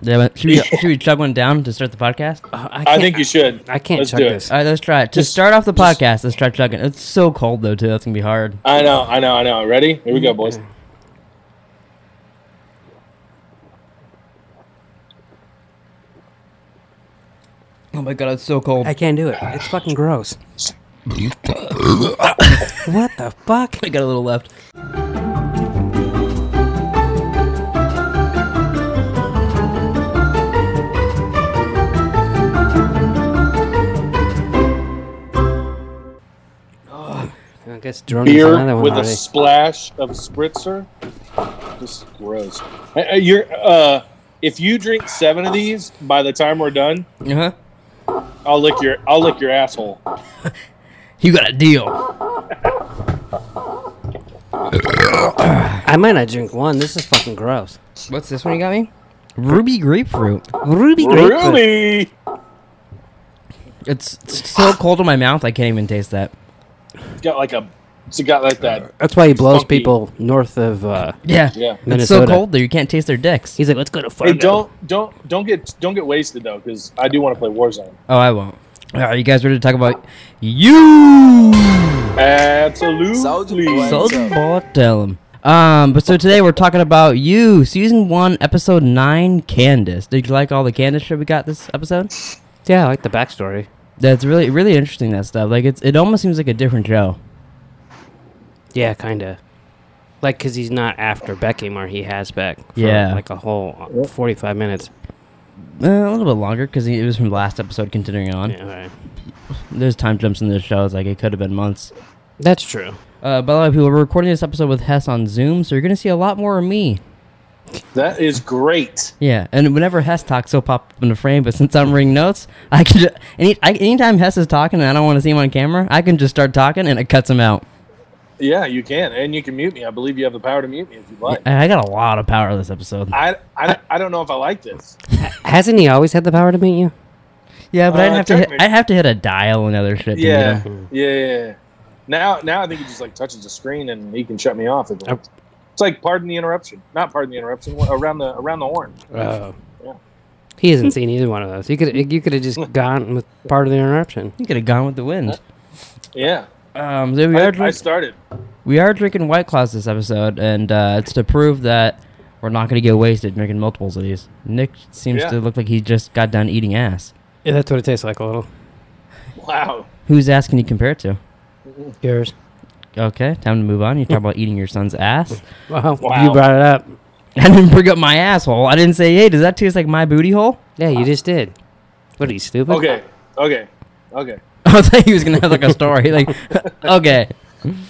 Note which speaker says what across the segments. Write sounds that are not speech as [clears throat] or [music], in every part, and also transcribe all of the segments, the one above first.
Speaker 1: Yeah, but should we should we chug one down to start the podcast? All
Speaker 2: Uh, I,
Speaker 3: I
Speaker 2: can't-
Speaker 3: think you should.
Speaker 2: I can't
Speaker 3: Let's
Speaker 2: check
Speaker 3: do it.
Speaker 2: this.
Speaker 1: right, let's try it. To
Speaker 3: Just-
Speaker 1: start off the
Speaker 3: just-
Speaker 1: podcast, let's try chugging. It's so cold though too. That's gonna be hard.
Speaker 3: I know, I know, I know. Ready? Here we go, boys.
Speaker 1: Oh my god, it's so cold.
Speaker 2: I can't do it. It's fucking gross. what the fuck?
Speaker 1: I got a little left.
Speaker 2: I guess drone is another
Speaker 3: Beer
Speaker 2: one
Speaker 3: with a
Speaker 2: already.
Speaker 3: splash of spritzer. This is gross. Uh, uh, You're, uh, if you drink seven of these by the time we're done,
Speaker 1: Uh huh.
Speaker 3: I'll lick your I'll lick your asshole.
Speaker 1: You got a deal.
Speaker 2: I might not drink one. This is fucking gross.
Speaker 1: What's this one you got me? Ruby grapefruit.
Speaker 2: Ruby grapefruit.
Speaker 3: Really?
Speaker 1: It's it's so cold in my mouth. I can't even taste that.
Speaker 3: It's got like a it's got like that.
Speaker 2: That's why he blows
Speaker 3: Funky.
Speaker 2: people north of. Uh,
Speaker 1: Yeah.
Speaker 3: Yeah.
Speaker 1: It's
Speaker 2: Minnesota.
Speaker 1: so cold there. You can't taste their dicks.
Speaker 2: he's like, let's go to Fargo.
Speaker 3: Hey, don't don't don't get don't get wasted though, because I do want to play Warzone.
Speaker 1: Oh, I won't. All right, you guys ready to talk about you?
Speaker 3: Absolutely.
Speaker 4: Soulja Boy.
Speaker 1: Soldier boy, tell him. Um, but so today we're talking about you, season one, episode nine, Candace. Did you like all the Candace shit we got this episode?
Speaker 2: Yeah, I like the backstory.
Speaker 1: That's really really interesting. That stuff. Like it's it almost seems like a different show.
Speaker 2: Yeah, kind of. Like, because he's not after Beckham, or he has Beck. For
Speaker 1: Yeah.
Speaker 2: Like a whole uh, 45 minutes.
Speaker 1: Uh, a little bit longer because it was from the last episode. Continuing on,
Speaker 2: Yeah, all right.
Speaker 1: there's time jumps in this show. It's like it could have been months.
Speaker 2: That's true.
Speaker 1: Uh, by the way, people, we're recording this episode with Hess on Zoom, so you're gonna see a lot more of me.
Speaker 3: That is great.
Speaker 1: Yeah, and whenever Hess talks, he'll pop up in the frame. But since I'm reading notes, I can just, any I, anytime Hess is talking and I don't want to see him on camera, I can just start talking and it cuts him out.
Speaker 3: Yeah, you can, and you can mute me. I believe you have the power to mute me if you'd like.
Speaker 1: I I got a lot of power this episode.
Speaker 3: I, I, I don't know if I like this.
Speaker 2: Hasn't he always had the power to meet you?
Speaker 1: yeah, but I'd
Speaker 3: uh,
Speaker 1: have to hit,
Speaker 3: technically-
Speaker 1: I'd have to hit a dial and other shit. to
Speaker 3: Yeah,
Speaker 1: get him.
Speaker 3: yeah, yeah. yeah. Now, now I think he just like touches the screen and he can shut me off. It's like, it's like pardon the interruption, not pardon the interruption. wha- Around the around the horn.
Speaker 2: Oh.
Speaker 3: Uh, Yeah.
Speaker 2: He hasn't seen either one of those. You could you could have just gone with part of the interruption.
Speaker 1: you could have gone with the wind.
Speaker 3: Yeah,
Speaker 1: Um, so we
Speaker 3: Uh, I,
Speaker 1: are
Speaker 3: I
Speaker 1: drink,
Speaker 3: started.
Speaker 1: we are drinking White Claws this episode, and uh, it's to prove that we're not going to get wasted drinking multiples of these. Nick seems
Speaker 3: Yeah.
Speaker 1: to look like he just got done eating ass.
Speaker 2: Yeah, that's what it tastes like a little.
Speaker 3: Wow.
Speaker 1: Who's ass can you compare it to?
Speaker 2: Yours.
Speaker 1: Okay, time to move on.
Speaker 3: [laughs]
Speaker 1: You talk about eating your son's ass.
Speaker 2: Wow.
Speaker 3: Wow.
Speaker 2: You brought it up.
Speaker 1: [laughs] I didn't bring up my asshole. I didn't say, hey, does that taste like my booty hole? [laughs]
Speaker 2: Yeah, you just did. What are you stupid?
Speaker 3: Okay, okay, okay.
Speaker 1: I thought he was gonna have like a story. Like, [laughs] okay,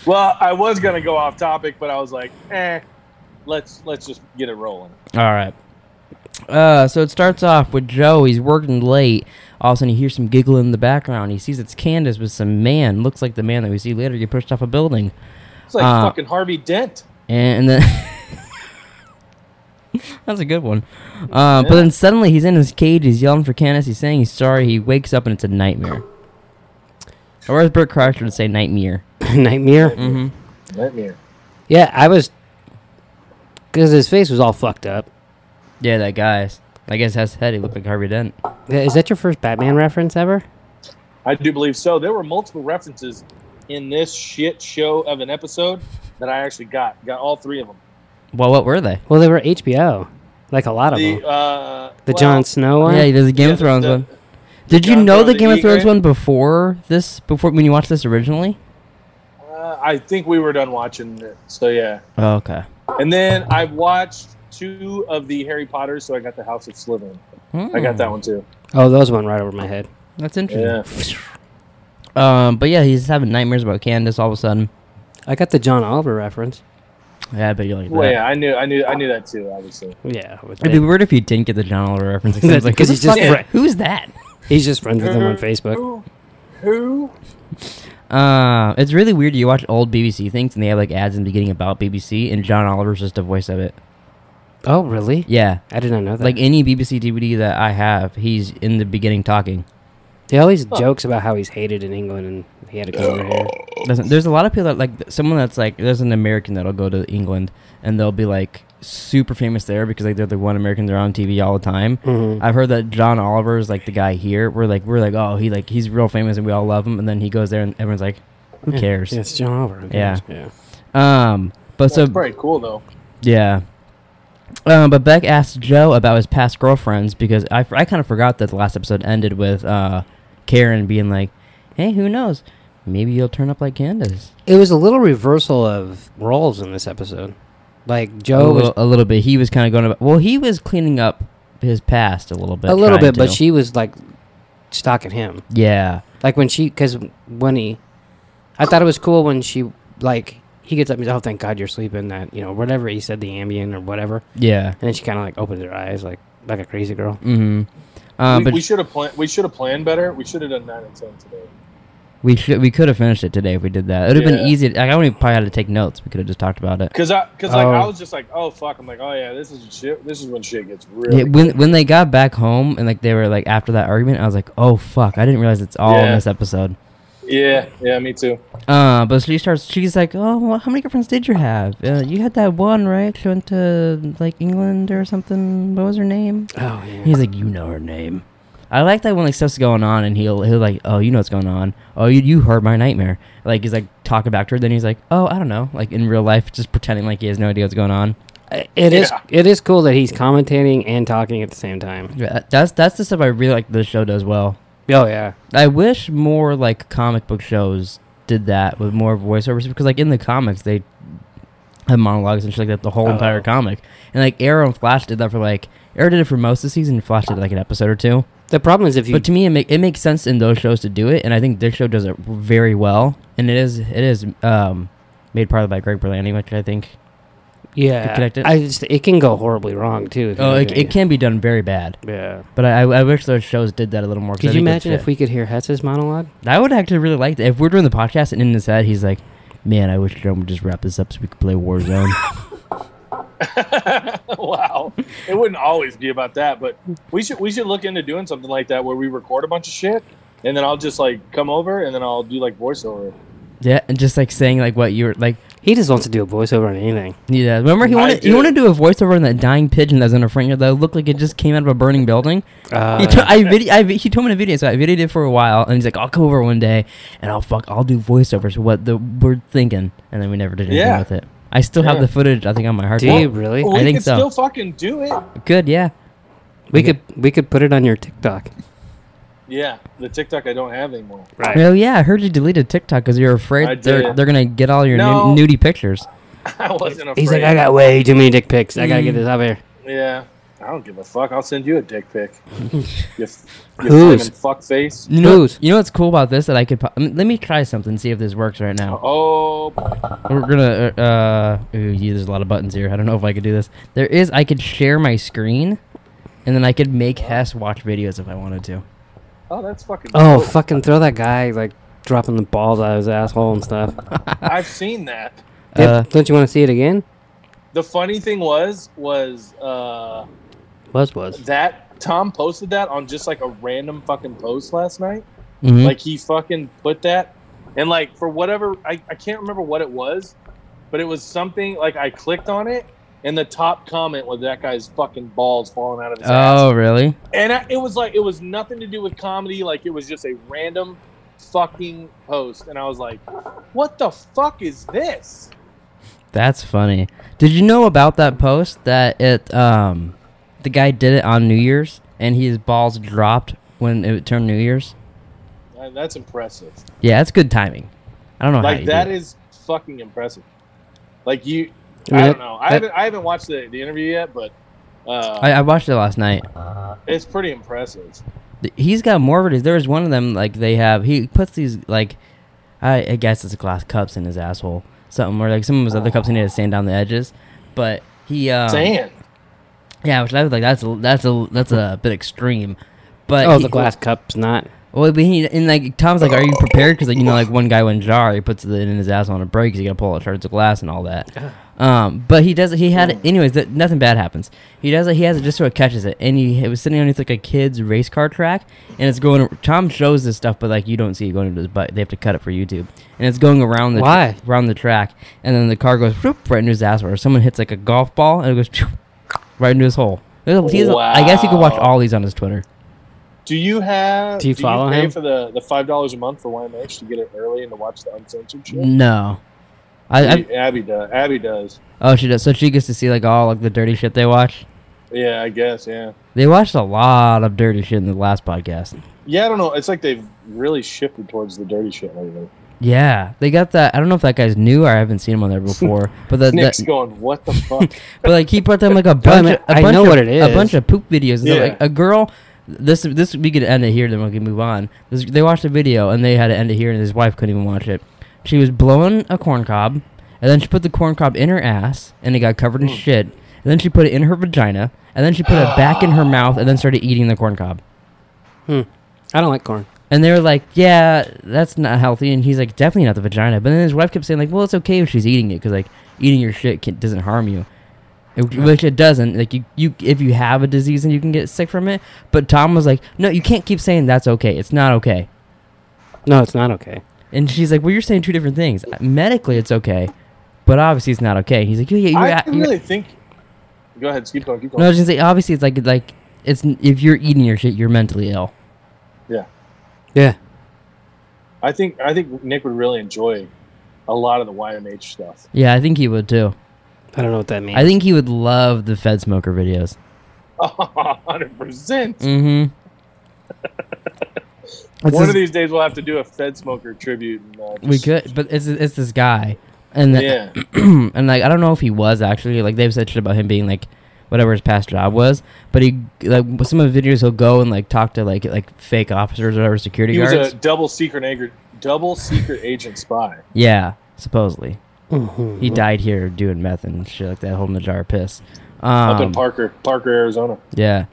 Speaker 3: Well, I was gonna go off topic, but I was like, eh, let's let's just get it rolling.
Speaker 1: all right. Uh, so it starts off with Joe. He's working late. All of a sudden, he hears some giggling in the background. He sees it's Candace with some man. Looks like the man that we see later get pushed off a building.
Speaker 3: It's like
Speaker 1: Uh,
Speaker 3: fucking Harvey Dent.
Speaker 1: And then [laughs] that's a good one. Uh, But then suddenly he's in his cage. He's yelling for Candace. He's saying he's sorry. He wakes up and it's a nightmare. Or as Bert Crusher would say, nightmare.
Speaker 2: [laughs] Nightmare.
Speaker 3: Mm-hmm. Nightmare.
Speaker 2: Yeah, I was. Because his face was all fucked up.
Speaker 1: Yeah, that guy's. I guess that's head. He looked like Harvey Dent.
Speaker 2: Yeah, Is that your first Batman reference ever?
Speaker 3: I do believe so. There were multiple references in this shit show of an episode that I actually got. Got all three of them.
Speaker 1: Well, what were they?
Speaker 2: Well, they were HBO. Like a lot of
Speaker 3: The
Speaker 2: them.
Speaker 3: uh,
Speaker 2: The
Speaker 3: well,
Speaker 2: Jon Snow one?
Speaker 1: Yeah, there's a Game
Speaker 3: yeah,
Speaker 1: of
Speaker 3: the-
Speaker 1: Thrones
Speaker 3: the-
Speaker 1: one. Did you
Speaker 3: Jon
Speaker 1: know
Speaker 3: Snow,
Speaker 1: the
Speaker 3: the
Speaker 1: Game of Thrones
Speaker 3: egret?
Speaker 1: one before this? Before when you watched this originally?
Speaker 3: Uh, I think we were done watching it. So yeah.
Speaker 1: Oh, okay.
Speaker 3: And then I watched two of the Harry Potters, so I got the House of Slytherin. I got that one too.
Speaker 2: Oh, those went right over my head.
Speaker 1: Hmm. That's interesting.
Speaker 3: Yeah.
Speaker 1: Um, but yeah, he's having nightmares about Candace all of a sudden.
Speaker 2: I got the John Oliver reference.
Speaker 1: Yeah, I bet you like that.
Speaker 3: Well, yeah, I knew, I knew, I knew that too. Obviously.
Speaker 2: Yeah. with
Speaker 1: It'd be
Speaker 2: that.
Speaker 1: weird if you didn't get the John Oliver [laughs] reference. It sounds like,
Speaker 2: Because
Speaker 1: who
Speaker 2: he's
Speaker 1: the
Speaker 2: just
Speaker 1: fuck-
Speaker 2: right.
Speaker 1: who's that?
Speaker 2: He's just friends with them
Speaker 3: Mm-hmm.
Speaker 2: on Facebook.
Speaker 3: Who? Who?
Speaker 1: Uh, it's really weird. You watch old BBC things and they have like ads in the beginning about BBC, and John Oliver's just a voice of it.
Speaker 2: Oh, really?
Speaker 1: Yeah,
Speaker 2: I did not know that.
Speaker 1: like any BBC DVD that I have, he's in the beginning talking.
Speaker 3: Oh.
Speaker 2: He always jokes about how he's hated in England and he had to come over here.
Speaker 1: doesn't. There's a lot of people that like someone that's like there's an American that'll go to England and they'll be like super famous there because like they're the one American they're on TV all the time.
Speaker 2: Mhm.
Speaker 1: I've heard that John Oliver is like the guy here. We're like we're like oh he like he's real famous and we all love him and then he goes there and everyone's like who
Speaker 2: Yeah,
Speaker 1: cares?
Speaker 2: Yeah, it's John Oliver. who
Speaker 1: Yeah.
Speaker 2: cares? yeah.
Speaker 1: Um, but
Speaker 3: That's
Speaker 1: so
Speaker 3: pretty cool though.
Speaker 1: yeah. Um, but Beck asked Joe about his past girlfriends because I, I kind of forgot that the last episode ended with uh, Karen being like, "Hey, who knows? Maybe you'll turn up like Candace."
Speaker 2: It was a little reversal of roles in this episode. Like
Speaker 1: a,
Speaker 2: Joe was
Speaker 1: little, a little bit. He was kind of going. About, well, he was cleaning up his past a little bit.
Speaker 2: a little
Speaker 1: trying
Speaker 2: bit, but
Speaker 1: to.
Speaker 2: she was like stalking him.
Speaker 1: Yeah.
Speaker 2: Like when she, because when he, I thought it was cool when she like he gets up and says, "Oh, thank God you're sleeping." That you know whatever he said, the Ambien or whatever,
Speaker 1: Yeah.
Speaker 2: and then she kind of like opens her eyes like like a crazy girl.
Speaker 1: Mm-hmm. Uh,
Speaker 3: we
Speaker 1: but
Speaker 3: we should have planned. We should have planned better. We should have done nine and ten today.
Speaker 1: we should, we could have finished it today if we did that. It would have
Speaker 3: Yeah.
Speaker 1: been easy. Like, I only probably had to take notes. We could have just talked about it.
Speaker 3: Cause I, cause like
Speaker 2: Oh.
Speaker 3: I was just like, oh fuck. I'm like, oh yeah, this is shit. This is when shit gets real.
Speaker 1: Yeah, when when they got back home and like they were like after that argument, I was like, oh fuck, I didn't realize it's all in
Speaker 3: Yeah.
Speaker 1: this episode.
Speaker 3: yeah, yeah, me too.
Speaker 1: Uh, but she starts. She's like, "Oh, well, how many girlfriends did you have? Uh, you had that one, right? She went to like England or something. What was her name?"
Speaker 2: Oh yeah,
Speaker 1: He's like, "You know her name." I like that when like stuff's going on, and he'll he'll like, "Oh, you know what's going on? Oh, you you heard my nightmare." Like he's like talking back to her, then he's like, "Oh, I don't know." Like in real life, just pretending like he has no idea what's going on.
Speaker 2: Uh, it is
Speaker 3: Yeah.
Speaker 2: it is cool that he's commentating and talking at the same time.
Speaker 1: Yeah, that- that's that's the stuff I really like. The show does well.
Speaker 2: Oh yeah,
Speaker 1: I wish more like comic book shows did that with more voiceovers because like in the comics they have monologues and shit like that the whole entire
Speaker 2: Oh.
Speaker 1: comic and like Arrow and Flash did that for like Arrow did it for most of the season and Flash did like an episode or two
Speaker 2: the problem is if you
Speaker 1: but to me it, make, it makes sense in those shows to do it and I think this show does it very well and it is it is um made partly by Greg Berlanti which I think
Speaker 2: yeah,
Speaker 1: connect it.
Speaker 2: I just it can go horribly wrong too. if
Speaker 1: oh
Speaker 2: you-
Speaker 1: it, it can be done very bad
Speaker 2: Yeah.
Speaker 1: but I, I wish those shows did that a little more 'cause I
Speaker 2: Could you
Speaker 1: think it
Speaker 2: imagine
Speaker 1: fit.
Speaker 2: if we could hear Hess's monologue?
Speaker 1: I would actually really like that. If we're doing the podcast and in his head, he's like, man, I wish Jerome would just wrap this up so we could play
Speaker 2: [laughs]
Speaker 1: Warzone.
Speaker 3: [laughs] wow, it wouldn't always be about that, but we should we should look into doing something like that where we record a bunch of shit, and then I'll just like come over and then I'll do like voiceover.
Speaker 1: yeah, and just like saying like what you were like.
Speaker 2: He just wants to do a voiceover on anything.
Speaker 1: Yeah, remember he
Speaker 3: I
Speaker 1: wanted he
Speaker 3: do.
Speaker 1: wanted to do a voiceover on that dying pigeon that was in a front yard that looked like it just came out of a burning building.
Speaker 2: [laughs] Uh,
Speaker 1: he, to- I vid- I vid- he told me in a video, so I videoed it for a while, and he's like, "I'll come over one day and I'll fuck, I'll do voiceovers what the we're thinking," and then we never did anything
Speaker 3: Yeah.
Speaker 1: with it. I still have
Speaker 3: Yeah.
Speaker 1: the footage, I think, on my hard
Speaker 2: do
Speaker 1: drive.
Speaker 2: you [laughs] really?
Speaker 3: we
Speaker 1: think
Speaker 3: could
Speaker 1: so.
Speaker 3: still fucking do it.
Speaker 1: Good, yeah.
Speaker 2: We could we could put it on your TikTok.
Speaker 3: Yeah, the TikTok I don't have anymore. [laughs]
Speaker 2: Right.
Speaker 1: Oh yeah, I heard you deleted TikTok because you're
Speaker 3: I
Speaker 1: afraid they're
Speaker 3: did.
Speaker 1: they're gonna get all your
Speaker 3: No.
Speaker 1: nu- nudie pictures.
Speaker 3: I wasn't afraid.
Speaker 2: He's like, I got way too many dick pics. I gotta get this out of here.
Speaker 3: yeah. I don't give a fuck. I'll send you a dick
Speaker 2: [laughs]
Speaker 3: pic. you f- you
Speaker 2: Whose?
Speaker 3: flaming fuck face.
Speaker 1: You know,
Speaker 2: Whose?
Speaker 1: you know what's cool about this that I could. Po- I mean, let me try something. See if this works right now.
Speaker 3: Oh,
Speaker 1: We're gonna. Uh, uh, ooh, yeah, there's a lot of buttons here. I don't know if I could do this. There is. I could share my screen, and then I could make Hess watch videos if I wanted to.
Speaker 3: oh, that's fucking.
Speaker 2: Oh,
Speaker 3: dope.
Speaker 2: fucking throw that guy like dropping the balls out of his asshole and stuff.
Speaker 3: I've seen that.
Speaker 2: Yep.
Speaker 1: Uh,
Speaker 2: Don't you want to see it again?
Speaker 3: The funny thing was, was uh,
Speaker 2: Was was.
Speaker 3: that Tom posted that on just like a random fucking post last night.
Speaker 1: mhm.
Speaker 3: Like he fucking put that, and like for whatever I, I can't remember what it was, but it was something like I clicked on it, and the top comment was that guy's fucking balls falling out of his ass.
Speaker 1: oh really?
Speaker 3: and I, it was like it was nothing to do with comedy like it was just a random fucking post and i was like what the fuck is this
Speaker 1: That's funny. Did you know about that post that it um, the guy did it on New Year's and his balls dropped when it turned New Year's.
Speaker 3: And Uh, that's impressive
Speaker 1: Yeah, that's good timing. I don't know how
Speaker 3: like
Speaker 1: you
Speaker 3: that
Speaker 1: do it.
Speaker 3: is fucking impressive like you
Speaker 2: I mean,
Speaker 3: i don't know i
Speaker 2: that-
Speaker 3: haven't i haven't watched the, the interview yet but uh,
Speaker 1: I, I watched it last night.
Speaker 3: it's pretty impressive
Speaker 1: Th- He's got more of it. There's one of them like they have. He puts these like, I, I guess it's glass cups in his asshole. Something or like some of his other cups, and he had to sand down the edges. But he, um,
Speaker 3: Damn.
Speaker 1: yeah, which I was like, that's a, that's a that's a bit extreme. But
Speaker 2: Oh,
Speaker 1: he-
Speaker 2: the glass cup's not.
Speaker 1: Well, but he and like Tom's like, are you prepared? Because like you know, like one guy went jar, he puts it in his asshole and it breaks. You gotta pull it, shards of glass, and all that. Um, but he does. He had it anyways. That nothing bad happens. He does it. He has it just so it catches it, and he it was sitting underneath like a kid's race car track, and it's going. Tom shows this stuff, but like you don't see it going into his butt. They have to cut it for YouTube, and it's going around the tr-
Speaker 2: Why?
Speaker 1: around the track, and then the car goes whoop, right into his ass, or someone hits like a golf ball, and it goes right into his hole. There's a- He's, a- I guess you could watch
Speaker 3: Wow.
Speaker 1: all these on his Twitter.
Speaker 3: Do you have?
Speaker 2: Do you follow
Speaker 3: pay
Speaker 2: him?
Speaker 3: for the, the five dollars a month for YMH to get it early and to watch the uncensored shit?
Speaker 1: No, Mm, I, I
Speaker 3: Abby does. Abby does.
Speaker 1: oh she does. So she gets to see like all like the dirty shit they watch.
Speaker 3: Yeah, I guess. Yeah.
Speaker 1: They watched a lot of dirty shit in the last podcast.
Speaker 3: Yeah, I don't know. It's like they've really shifted towards the dirty shit lately.
Speaker 1: Yeah, they got that. I don't know if that guy's new or I haven't seen him on there
Speaker 2: [laughs]
Speaker 1: before, but the,
Speaker 3: Nick's
Speaker 1: the-
Speaker 3: going, what the
Speaker 1: [laughs]
Speaker 3: fuck?
Speaker 1: but like he put them like
Speaker 2: [laughs]
Speaker 1: a bunch.
Speaker 2: man,
Speaker 1: of, a
Speaker 2: I
Speaker 1: bunch
Speaker 2: know
Speaker 1: of-
Speaker 2: what it
Speaker 1: A bunch
Speaker 2: is.
Speaker 1: of poop videos. And stuff.
Speaker 3: Yeah.
Speaker 1: Like a girl. This this we could end it here. Then we can move on. This, they watched a video and they had to end it here, and his wife couldn't even watch it. She was blowing a corn cob, and then she put the corn cob in her ass, and it got covered in
Speaker 2: Mm.
Speaker 1: shit. And then she put it in her vagina, and then she put it back in her mouth, and then started eating the corn cob.
Speaker 2: I don't like corn.
Speaker 1: And they were like, "Yeah, that's not healthy." And he's like, "Definitely not the vagina." But then his wife kept saying like, "Well, it's okay if she's eating it because like eating your shit can, doesn't harm you." It- Which it doesn't. Like you, you, if you have a disease and you can get sick from it. But Tom was like, "No, you can't keep saying that's okay. It's not okay."
Speaker 2: No, it's not okay.
Speaker 1: And she's like, "Well, you're saying two different things. Medically, it's okay, but obviously, it's not okay." He's like, "Yeah, yeah, you're,
Speaker 3: I
Speaker 1: a- you're-
Speaker 3: really think. Go ahead, keep going, keep
Speaker 1: no, I
Speaker 3: going.
Speaker 1: was gonna say obviously, it's like like it's n- if you're eating your shit, you're mentally ill."
Speaker 3: yeah,
Speaker 2: Yeah.
Speaker 3: I think I think Nick would really enjoy a lot of the YMH stuff. [laughs]
Speaker 1: Yeah, I think he would too.
Speaker 2: I don't know what that means.
Speaker 1: I think he would love the Fed Smoker videos.
Speaker 3: 100 percent.
Speaker 1: Mm-hmm.
Speaker 3: One of these days we'll have to do a Fed Smoker tribute. And, uh,
Speaker 1: we
Speaker 3: just-
Speaker 1: could, but it's it's this guy, and the,
Speaker 3: Yeah,
Speaker 1: [clears throat] and like I don't know if he was actually like they've said shit about him being like whatever his past job was, but he like with some of the videos he'll go and like talk to like like fake officers or whatever security
Speaker 3: he was
Speaker 1: guards.
Speaker 3: a double secret agent, double secret agent spy.
Speaker 1: yeah, supposedly
Speaker 2: Mhm.
Speaker 1: he died here doing meth and shit like that, holding a jar of piss. Um,
Speaker 3: up in Parker, Parker, Arizona.
Speaker 1: Yeah,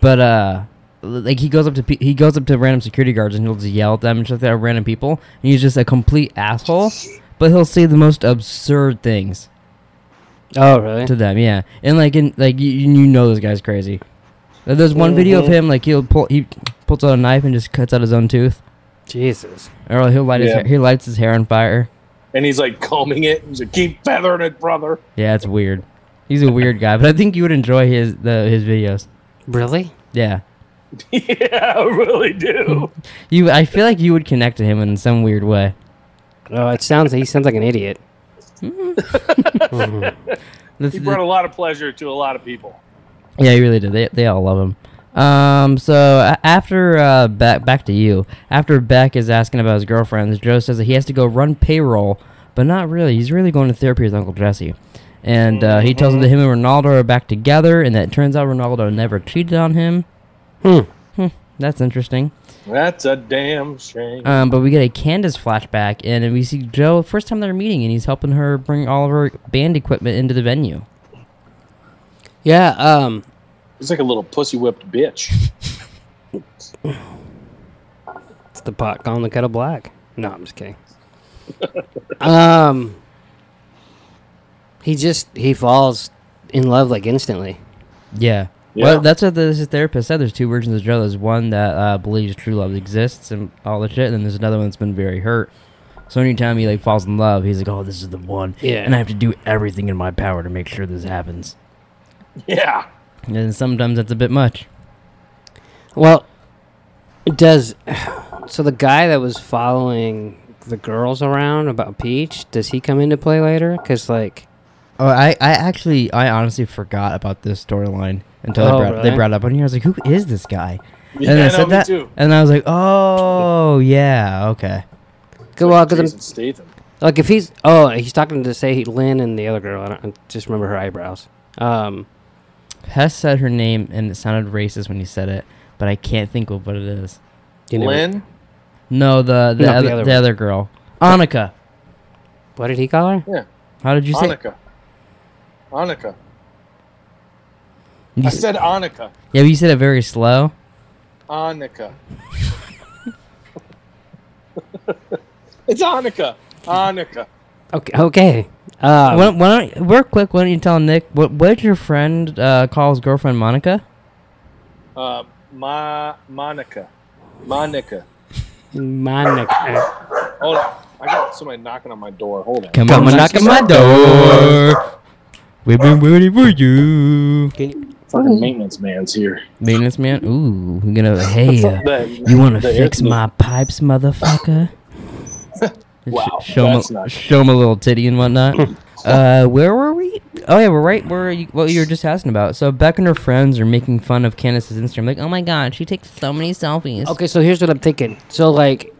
Speaker 1: but uh, like he goes up to pe- he goes up to random security guards and he'll just yell at them and stuff like that random people, and he's just a complete asshole. But he'll say the most absurd things
Speaker 2: Oh, really?
Speaker 1: to them. Yeah, and like in like you, you know this guy's crazy. Like, There's one video of
Speaker 3: Mhm.
Speaker 1: him like he'll pull he pulls out a knife and just cuts out his own tooth,
Speaker 2: Jesus.
Speaker 1: or he'll light his
Speaker 3: Yeah.
Speaker 1: hair, he lights his hair on fire.
Speaker 3: And he's like combing it. He's like, keep feathering it, brother. [laughs]
Speaker 1: Yeah, it's weird. He's a weird guy, but I think you would enjoy his the his videos.
Speaker 2: Really?
Speaker 1: Yeah,
Speaker 3: yeah, I really do.
Speaker 1: you. I feel like you would connect to him in some weird way.
Speaker 2: Oh, it sounds. He sounds like an idiot. Mhm.
Speaker 1: That's-
Speaker 3: He brought a lot of pleasure to a lot of people.
Speaker 1: Yeah, you really do. They, they all love him. Um, so a- after uh, back back to you. After Beck is asking about his girlfriends, Joe says that he has to go run payroll, but not really. He's really going to therapy with Uncle Jesse, and uh, he tells him that him and Ronaldo are back together, and that it turns out Ronaldo never cheated on him.
Speaker 2: Hmm.
Speaker 1: That's interesting.
Speaker 3: That's a damn shame.
Speaker 1: Um, but we get a Candace flashback, and then we see Joe first time they're meeting, and he's helping her bring all of her band equipment into the venue.
Speaker 2: Yeah. Um.
Speaker 3: He's like a little pussy whipped bitch. [laughs]
Speaker 2: It's the pot calling the kettle black. No, I'm just
Speaker 3: [laughs]
Speaker 2: kidding. um. He just he falls in love like instantly.
Speaker 1: Yeah.
Speaker 3: Yeah.
Speaker 1: Well, that's what the, his therapist said. There's two versions of Joe. There's one that uh, believes true love exists and all that shit, and then there's another one that's been very hurt. So anytime he like falls in love, he's like, "Oh, this is the one,"
Speaker 2: Yeah.
Speaker 1: and I have to do everything in my power to make sure this happens.
Speaker 3: yeah.
Speaker 1: And sometimes that's a bit much.
Speaker 2: Well, it does [sighs] so the guy that was following the girls around about Peach does he come into play later? Cause like
Speaker 1: Oh, I, I actually, I honestly forgot about this storyline until
Speaker 2: Oh,
Speaker 1: they, brought, they
Speaker 2: really?
Speaker 1: brought it up on here. I was like, "Who is this guy?"
Speaker 3: Yeah,
Speaker 1: and I
Speaker 3: no,
Speaker 1: said
Speaker 3: me
Speaker 1: that,
Speaker 3: too.
Speaker 1: and I was like, "Oh, yeah, okay."
Speaker 2: go well, cause
Speaker 3: Jason
Speaker 2: I'm,
Speaker 3: Statham.
Speaker 2: like if he's oh he's talking to say Lynn and the other girl. I don't I just remember her eyebrows. Um,
Speaker 1: Hess said her name, and it sounded racist when he said it, but I can't think of what it is.
Speaker 2: you know,
Speaker 3: Lynn?
Speaker 1: No, the the,
Speaker 2: No, the
Speaker 1: other, the,
Speaker 2: other
Speaker 1: other,
Speaker 2: one.
Speaker 1: girl, Annika.
Speaker 2: What did he call her?
Speaker 3: Yeah.
Speaker 1: How did you say?
Speaker 3: Annika. Annika.
Speaker 1: you
Speaker 3: I
Speaker 1: s-
Speaker 3: said Annika.
Speaker 1: yeah, but you said it very slow.
Speaker 3: Annika. it's Annika. Annika.
Speaker 2: Okay. Okay. Um,
Speaker 1: Why, don't- why don't real quick? Why don't you tell Nick what what did your friend uh, call his girlfriend Monica?
Speaker 3: Uh, Ma Monica, Monica.
Speaker 2: Monica.
Speaker 3: Hold on, I got somebody knocking on my door. Hold on.
Speaker 1: Come,
Speaker 2: Come
Speaker 1: on,
Speaker 2: on,
Speaker 1: knock
Speaker 2: knock
Speaker 1: on my door. We've been waiting for you.
Speaker 2: Can you-
Speaker 3: Fucking maintenance man's here.
Speaker 1: Maintenance man. Ooh, we're gonna. Hey, [laughs] uh,
Speaker 3: The-
Speaker 1: you want to
Speaker 3: the-
Speaker 1: fix my pipes,
Speaker 3: [laughs]
Speaker 1: motherfucker?
Speaker 3: Wow,
Speaker 1: Sh- show him,
Speaker 3: that's
Speaker 1: a,
Speaker 3: not-
Speaker 1: show him a little titty and whatnot.
Speaker 3: [laughs]
Speaker 1: uh, where were we? Oh yeah, we're right where you, what you were just asking about. So Beck and her friends are making fun of Candace's Instagram, like, "Oh my god, she takes so many selfies."
Speaker 2: okay, so here's what I'm thinking. So like,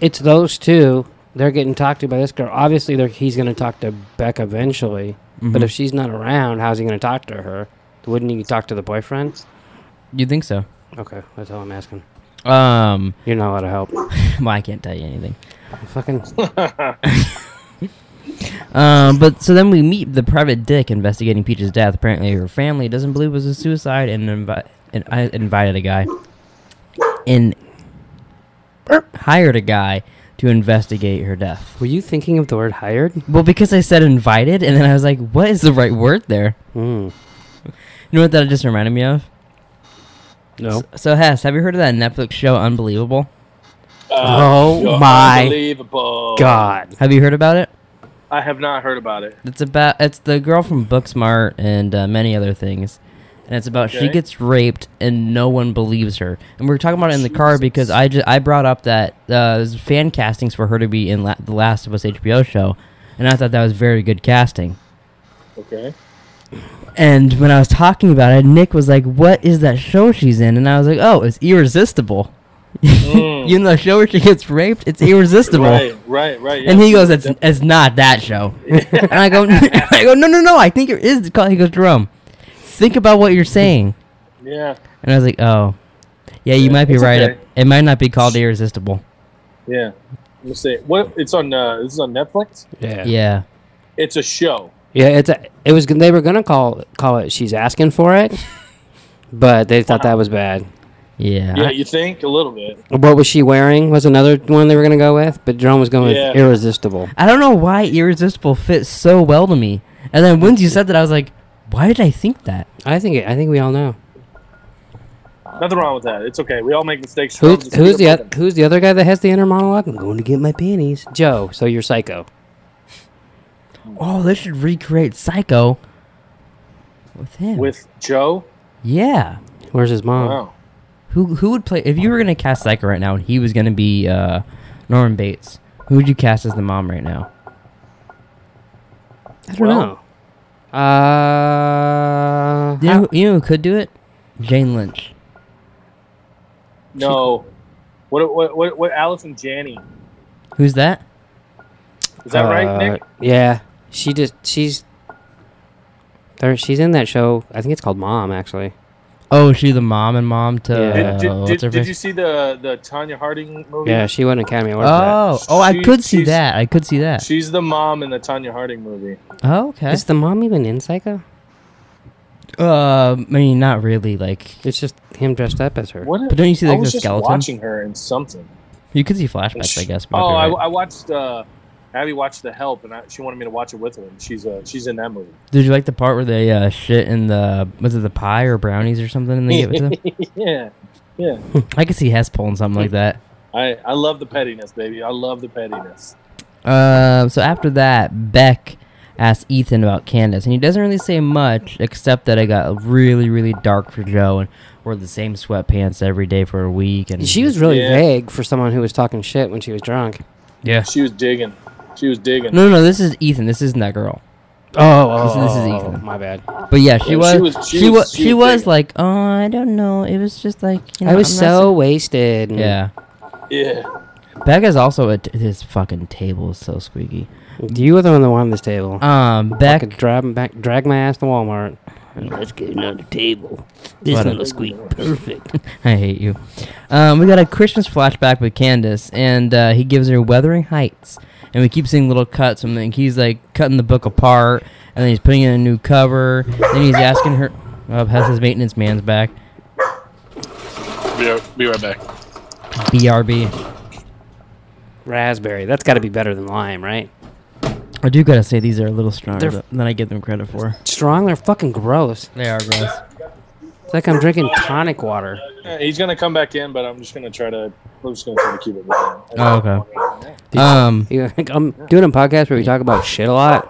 Speaker 2: it's those two. They're getting talked to by this girl. Obviously, they're, he's going to talk to Beck eventually. But if she's not around, how's he going to talk to her? Wouldn't he talk to the boyfriend?
Speaker 1: You think so?
Speaker 2: Okay, that's all I'm asking.
Speaker 1: Um, [laughs]
Speaker 2: You're not allowed to help.
Speaker 1: well, I can't tell you anything.
Speaker 2: Fucking
Speaker 1: Um, but so then we meet the private dick investigating Peach's death. Apparently, her family doesn't believe it was a suicide, and, invi- and I invited a guy, and er, hired a guy to investigate her death.
Speaker 2: Were you thinking of the word hired?
Speaker 1: Well, because I said invited, and then I was like, "What is the right word there?"
Speaker 2: Mm.
Speaker 1: You know what that just reminded me of?
Speaker 2: No.
Speaker 1: So Hess, have you heard of that Netflix show Unbelievable?
Speaker 2: Oh
Speaker 3: Uh, you're
Speaker 2: my
Speaker 3: unbelievable.
Speaker 2: God.
Speaker 1: Have you heard about it?
Speaker 3: I have not heard about it.
Speaker 1: It's about it's the girl from Booksmart and uh, many other things, and it's about she
Speaker 3: Okay.
Speaker 1: gets raped and no one believes her. And we were talking about it in the car because I just I brought up that uh, there's fan castings for her to be in La- the Last of Us HBO show, and I thought that was very good casting.
Speaker 3: Okay.
Speaker 1: And when I was talking about it, Nick was like, "What is that show she's in?" And I was like, "Oh, it's Irresistible." [laughs] you know the show where she gets raped? It's Irresistible.
Speaker 3: Oh. Right, right, right.
Speaker 1: And
Speaker 3: yes.
Speaker 1: he goes, "It's it's not that
Speaker 3: [laughs]
Speaker 1: show." and I go, [laughs] "I go, no, no, no. I think it is." called-" He goes, "Jerome, think about what you're saying."
Speaker 3: yeah,
Speaker 1: And I was like, "Oh, yeah, you
Speaker 3: Yeah,
Speaker 1: might be
Speaker 3: it's
Speaker 1: right.
Speaker 3: okay.
Speaker 1: It might not be called Irresistible."
Speaker 3: yeah. Let me see. What? It's on. Uh, this is on Netflix.
Speaker 2: Yeah. yeah.
Speaker 1: Yeah.
Speaker 3: It's a show.
Speaker 2: it's a, it was they were gonna call call it she's asking for [laughs] it. But they thought that was bad.
Speaker 1: Yeah.
Speaker 3: Yeah, you think a little bit.
Speaker 2: What was she wearing was another one they were gonna go with, but Jerome was going
Speaker 3: Yeah.
Speaker 2: with irresistible.
Speaker 1: I don't know why Irresistible fits so well to me. And then once you said that, I was like, "Why did I think that?"
Speaker 2: I think it, I think we all know.
Speaker 3: Nothing wrong with that. It's okay. We all make mistakes.
Speaker 2: Who's
Speaker 3: Just
Speaker 2: who's
Speaker 3: leave
Speaker 2: the
Speaker 3: it
Speaker 2: oth- who's the other guy that has the inner monologue? I'm going to get my panties. Joe, so you're psycho.
Speaker 1: Oh, they should recreate Psycho with him.
Speaker 3: with Joe.
Speaker 1: yeah.
Speaker 2: Where's his
Speaker 1: Oh.
Speaker 2: mom?
Speaker 3: Wow.
Speaker 1: Who who would play if you were gonna cast Psycho right now and he was gonna be uh, Norman Bates? Who would you cast as the mom right now?
Speaker 2: I don't
Speaker 3: Well-
Speaker 2: know. Uh
Speaker 1: You know, who- you know who could do it? Jane Lynch.
Speaker 3: No. What? What? What? What? Alice and Janney.
Speaker 1: Who's that?
Speaker 3: Is that right,
Speaker 2: Uh,
Speaker 3: Nick?
Speaker 2: Yeah, she just she's there. She's in that show. I think it's called Mom, actually.
Speaker 1: Oh, is she the mom and mom to
Speaker 2: Yeah.
Speaker 1: uh,
Speaker 3: Did, did,
Speaker 1: what's her
Speaker 3: did, did you
Speaker 1: face?
Speaker 3: see the the Tanya Harding movie?
Speaker 2: Yeah, she won an Academy Award.
Speaker 1: Oh, oh, I
Speaker 3: She-
Speaker 1: could see
Speaker 3: she's-
Speaker 1: that. I could see that.
Speaker 3: She's the mom in the Tanya Harding movie.
Speaker 1: oh,
Speaker 2: for
Speaker 1: okay.
Speaker 2: that. is the mom even in Psycho?
Speaker 1: Uh, I mean, not really. Like,
Speaker 2: It's just him dressed up as her.
Speaker 3: What?
Speaker 1: But don't you see,
Speaker 3: I
Speaker 1: like,
Speaker 3: was
Speaker 1: the
Speaker 3: just
Speaker 1: skeleton?
Speaker 3: watching her in something.
Speaker 1: you could see flashbacks, I guess. but
Speaker 3: Oh,
Speaker 1: you're right.
Speaker 3: I, I watched. Uh, Abby watched The Help, and I, she wanted me to watch it with her. And she's uh, she's in that movie.
Speaker 1: did you like the part where they uh, shit in the was it the pie or brownies or something, and they
Speaker 3: [laughs]
Speaker 1: give it to them?
Speaker 3: yeah, yeah.
Speaker 1: I could see Hess pulling something like that.
Speaker 3: I I love the pettiness, baby. I love the pettiness.
Speaker 1: Um, so after that, Beck asks Ethan about Candace, and he doesn't really say much except that it got really, really dark for Joe, and wore the same sweatpants every day for a week. And
Speaker 2: She was really
Speaker 3: Yeah.
Speaker 2: vague for someone who was talking shit when she was drunk.
Speaker 1: yeah.
Speaker 3: She was digging. She was digging.
Speaker 1: No, no, this is Ethan. This isn't that girl.
Speaker 2: Oh,
Speaker 1: This- this is Ethan.
Speaker 2: My bad.
Speaker 1: But yeah, she
Speaker 3: Yeah,
Speaker 1: was.
Speaker 3: she
Speaker 1: She
Speaker 3: was-
Speaker 1: was.
Speaker 3: she
Speaker 1: She
Speaker 3: was-
Speaker 1: was,
Speaker 3: she was big.
Speaker 1: like, oh, I don't know. It was just like you know,
Speaker 2: I was
Speaker 1: I'm not
Speaker 2: so wasted.
Speaker 1: Yeah,
Speaker 3: Yeah.
Speaker 1: Beck is also at his fucking table is so squeaky.
Speaker 2: You were the one that wanted this table.
Speaker 1: Um, Beck.
Speaker 2: Fucking drag, him back, drag my ass to Walmart.
Speaker 4: Let's get another table. This
Speaker 1: What a-
Speaker 4: one'll squeak perfect.
Speaker 1: I hate you. Um, we got a Christmas flashback with Candace, and uh, he gives her Wuthering Heights, and we keep seeing little cuts. And then he's like cutting the book apart, and then he's putting in a new cover. Then he's asking her. Oh, has his maintenance man's back.
Speaker 3: Be, be right back.
Speaker 1: BRB.
Speaker 2: Raspberry. That's got to be better than lime, right?
Speaker 1: I do gotta say these are a little stronger
Speaker 2: They're-
Speaker 1: th- than I give them credit for.
Speaker 2: Strong, they're fucking gross.
Speaker 1: They are gross.
Speaker 2: It's like I'm drinking tonic water.
Speaker 3: Uh, He's gonna come back in, but I'm just gonna try to. I'm just gonna try to keep it. Moving.
Speaker 1: Oh, okay.
Speaker 2: Did-
Speaker 1: Um,
Speaker 2: You know, like, I'm doing a podcast where we talk about shit a lot.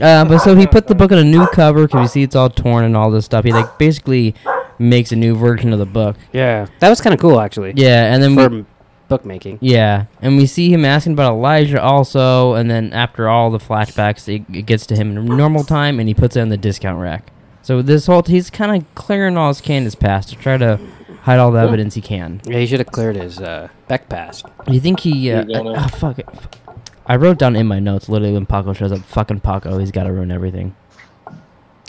Speaker 1: uh, but so he put the book on a new cover because you see it's all torn and all this stuff. He like basically makes a new version of the book.
Speaker 2: Yeah, that was kind of cool actually.
Speaker 1: Yeah, and then we,
Speaker 2: for m- bookmaking.
Speaker 1: Yeah, and we see him asking about Elijah also, and then after all the flashbacks, it, it gets to him in normal time, and he puts it on the discount rack. So this whole he's kind of clearing all his Candace past to try to hide all the evidence he can.
Speaker 2: Yeah, he should have cleared his uh, Beck pass.
Speaker 1: You think he? Uh,
Speaker 3: You don't know.
Speaker 1: oh, fuck it. I wrote down in my notes literally when Paco shows up, fucking Paco, he's got to ruin everything.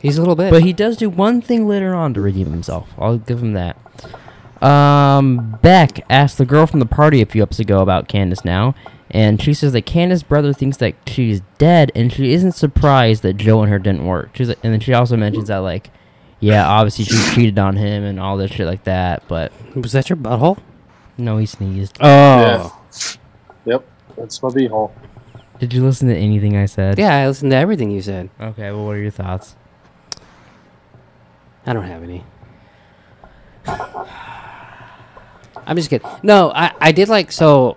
Speaker 2: He's a little bit.
Speaker 1: But he does do one thing later on to redeem himself. I'll give him that. Um, Beck asked the girl from the party a few episodes ago about Candace now, and she says that Candace's brother thinks that she's dead, and she isn't surprised that Joe and her didn't work. She's like, and then she also mentions that like, yeah, obviously she cheated on him and all this shit like that, but
Speaker 2: was that your butthole?
Speaker 1: no, he sneezed.
Speaker 2: Oh, yeah.
Speaker 3: Yep, that's my beehole.
Speaker 1: Did you listen to anything I said?
Speaker 2: I listened to everything you said.
Speaker 1: Okay. Well, what are your thoughts?
Speaker 2: I don't have any. I'm just kidding. No, I, I did like so.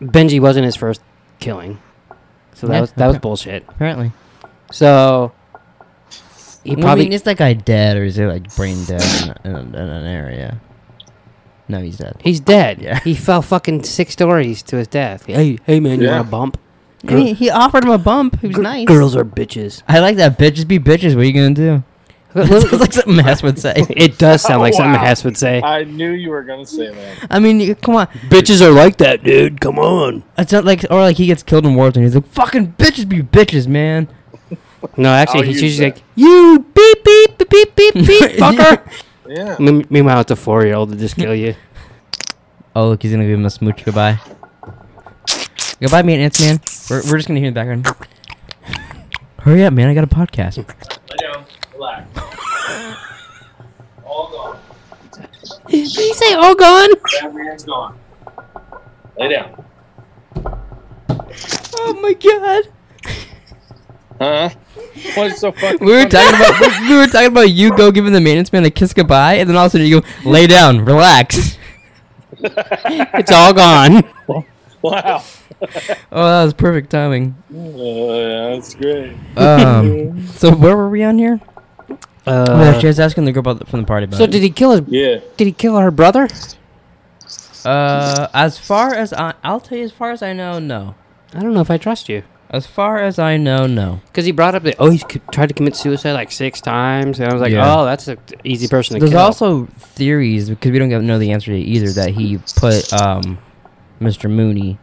Speaker 2: Benji wasn't his first killing, so that
Speaker 1: Yeah,
Speaker 2: was that was
Speaker 1: okay.
Speaker 2: bullshit.
Speaker 1: Apparently,
Speaker 2: So he
Speaker 1: Well, I
Speaker 2: probably
Speaker 1: mean, is that guy dead or is he like brain dead in, in, in an area? No, he's dead.
Speaker 2: he's dead.
Speaker 1: Yeah.
Speaker 2: He fell fucking six stories to his death. Hey, hey man, you
Speaker 3: Yeah.
Speaker 2: want a bump?
Speaker 1: I mean, he offered him a bump. He was nice.
Speaker 2: Girls are bitches. [laughs]
Speaker 1: I like that. Bitches be bitches. What are you gonna do? [laughs] Sounds like something Hess would
Speaker 2: [laughs]
Speaker 1: say.
Speaker 2: It does sound like something
Speaker 3: Wow.
Speaker 2: Hess would say.
Speaker 3: I knew you were gonna say that.
Speaker 1: I mean, you- come on.
Speaker 4: Bitches are like that, dude. Come on.
Speaker 1: It's not like or like he gets killed in Warzone. He's like, "Fucking bitches be bitches, man."
Speaker 2: No, actually,
Speaker 3: I'll
Speaker 2: he's
Speaker 3: use
Speaker 2: usually
Speaker 3: that.
Speaker 2: like, "You beep beep beep beep
Speaker 1: [laughs]
Speaker 2: beep beep fucker."
Speaker 3: Yeah.
Speaker 1: Hmm.
Speaker 2: Me- Meanwhile, it's a four-year-old to just kill you.
Speaker 1: Oh look, he's gonna give him a smooch goodbye. Goodbye, me and Ants man. We're we're just gonna hear in the background. Hurry up, man! I got a podcast.
Speaker 3: Lay down. Relax. All gone.
Speaker 2: Did he say "Oh, "all gone"?
Speaker 3: Batman's gone. Lay down.
Speaker 1: Oh my god!
Speaker 3: Huh? What's so fucking?
Speaker 1: We were talking about we were talking about you go giving the maintenance man a kiss goodbye, and then all of a sudden you go lay down, relax.
Speaker 2: [laughs] [laughs] It's all gone.
Speaker 3: [laughs] Wow.
Speaker 1: [laughs] Oh, that was perfect timing.
Speaker 3: Uh, that's great.
Speaker 2: [laughs]
Speaker 1: Um, so where were we on here? Oh, yeah, [laughs]
Speaker 2: Uh,
Speaker 1: she was asking the girl about the, from the party. About
Speaker 2: so
Speaker 1: it.
Speaker 2: did he kill his?
Speaker 3: Yeah.
Speaker 2: Did he kill her brother?
Speaker 1: Uh, as far as I, I'll tell you, as far as I know, no.
Speaker 2: I don't know if I trust you.
Speaker 1: As far as I know, no.
Speaker 2: Because he brought up that oh he c- tried to commit suicide like six times, and I was like,
Speaker 1: Yeah.
Speaker 2: oh, that's an easy person to
Speaker 1: There's
Speaker 2: kill.
Speaker 1: also theories because we don't get- know the answer to it either that he put um, Mr. Mooney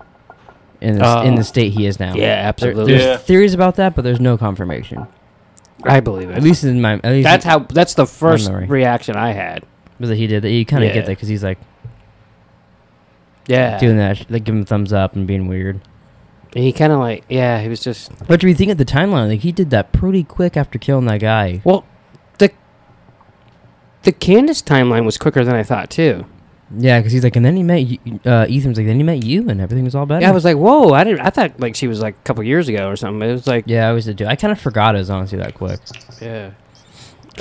Speaker 1: in the, s in
Speaker 2: Oh.
Speaker 1: the state he is now.
Speaker 2: yeah,
Speaker 1: There-
Speaker 2: absolutely.
Speaker 1: there's
Speaker 3: Yeah.
Speaker 1: theories about that, but there's no confirmation.
Speaker 2: I believe
Speaker 1: At
Speaker 2: it.
Speaker 1: least in my, at least
Speaker 2: That's how. That's the first
Speaker 1: memory.
Speaker 2: reaction I had.
Speaker 1: was that he did that. You kind of
Speaker 2: Yeah.
Speaker 1: get that because he's like
Speaker 2: Yeah,
Speaker 1: doing that, sh- like giving thumbs up and being weird.
Speaker 2: And he kind of like yeah, he was just
Speaker 1: But you think of the timeline, like he did that pretty quick after killing that guy.
Speaker 2: Well, the the Candace timeline was quicker than I thought too.
Speaker 1: Yeah, because he's like, and then he met you, uh, Ethan's like, then he met you, and everything was all better.
Speaker 2: Yeah, I was like, whoa! I didn't. I thought like she was like a couple years ago or something. It was like, yeah.
Speaker 1: Yeah, I always did. too. I kind of forgot it was honestly that quick.
Speaker 2: So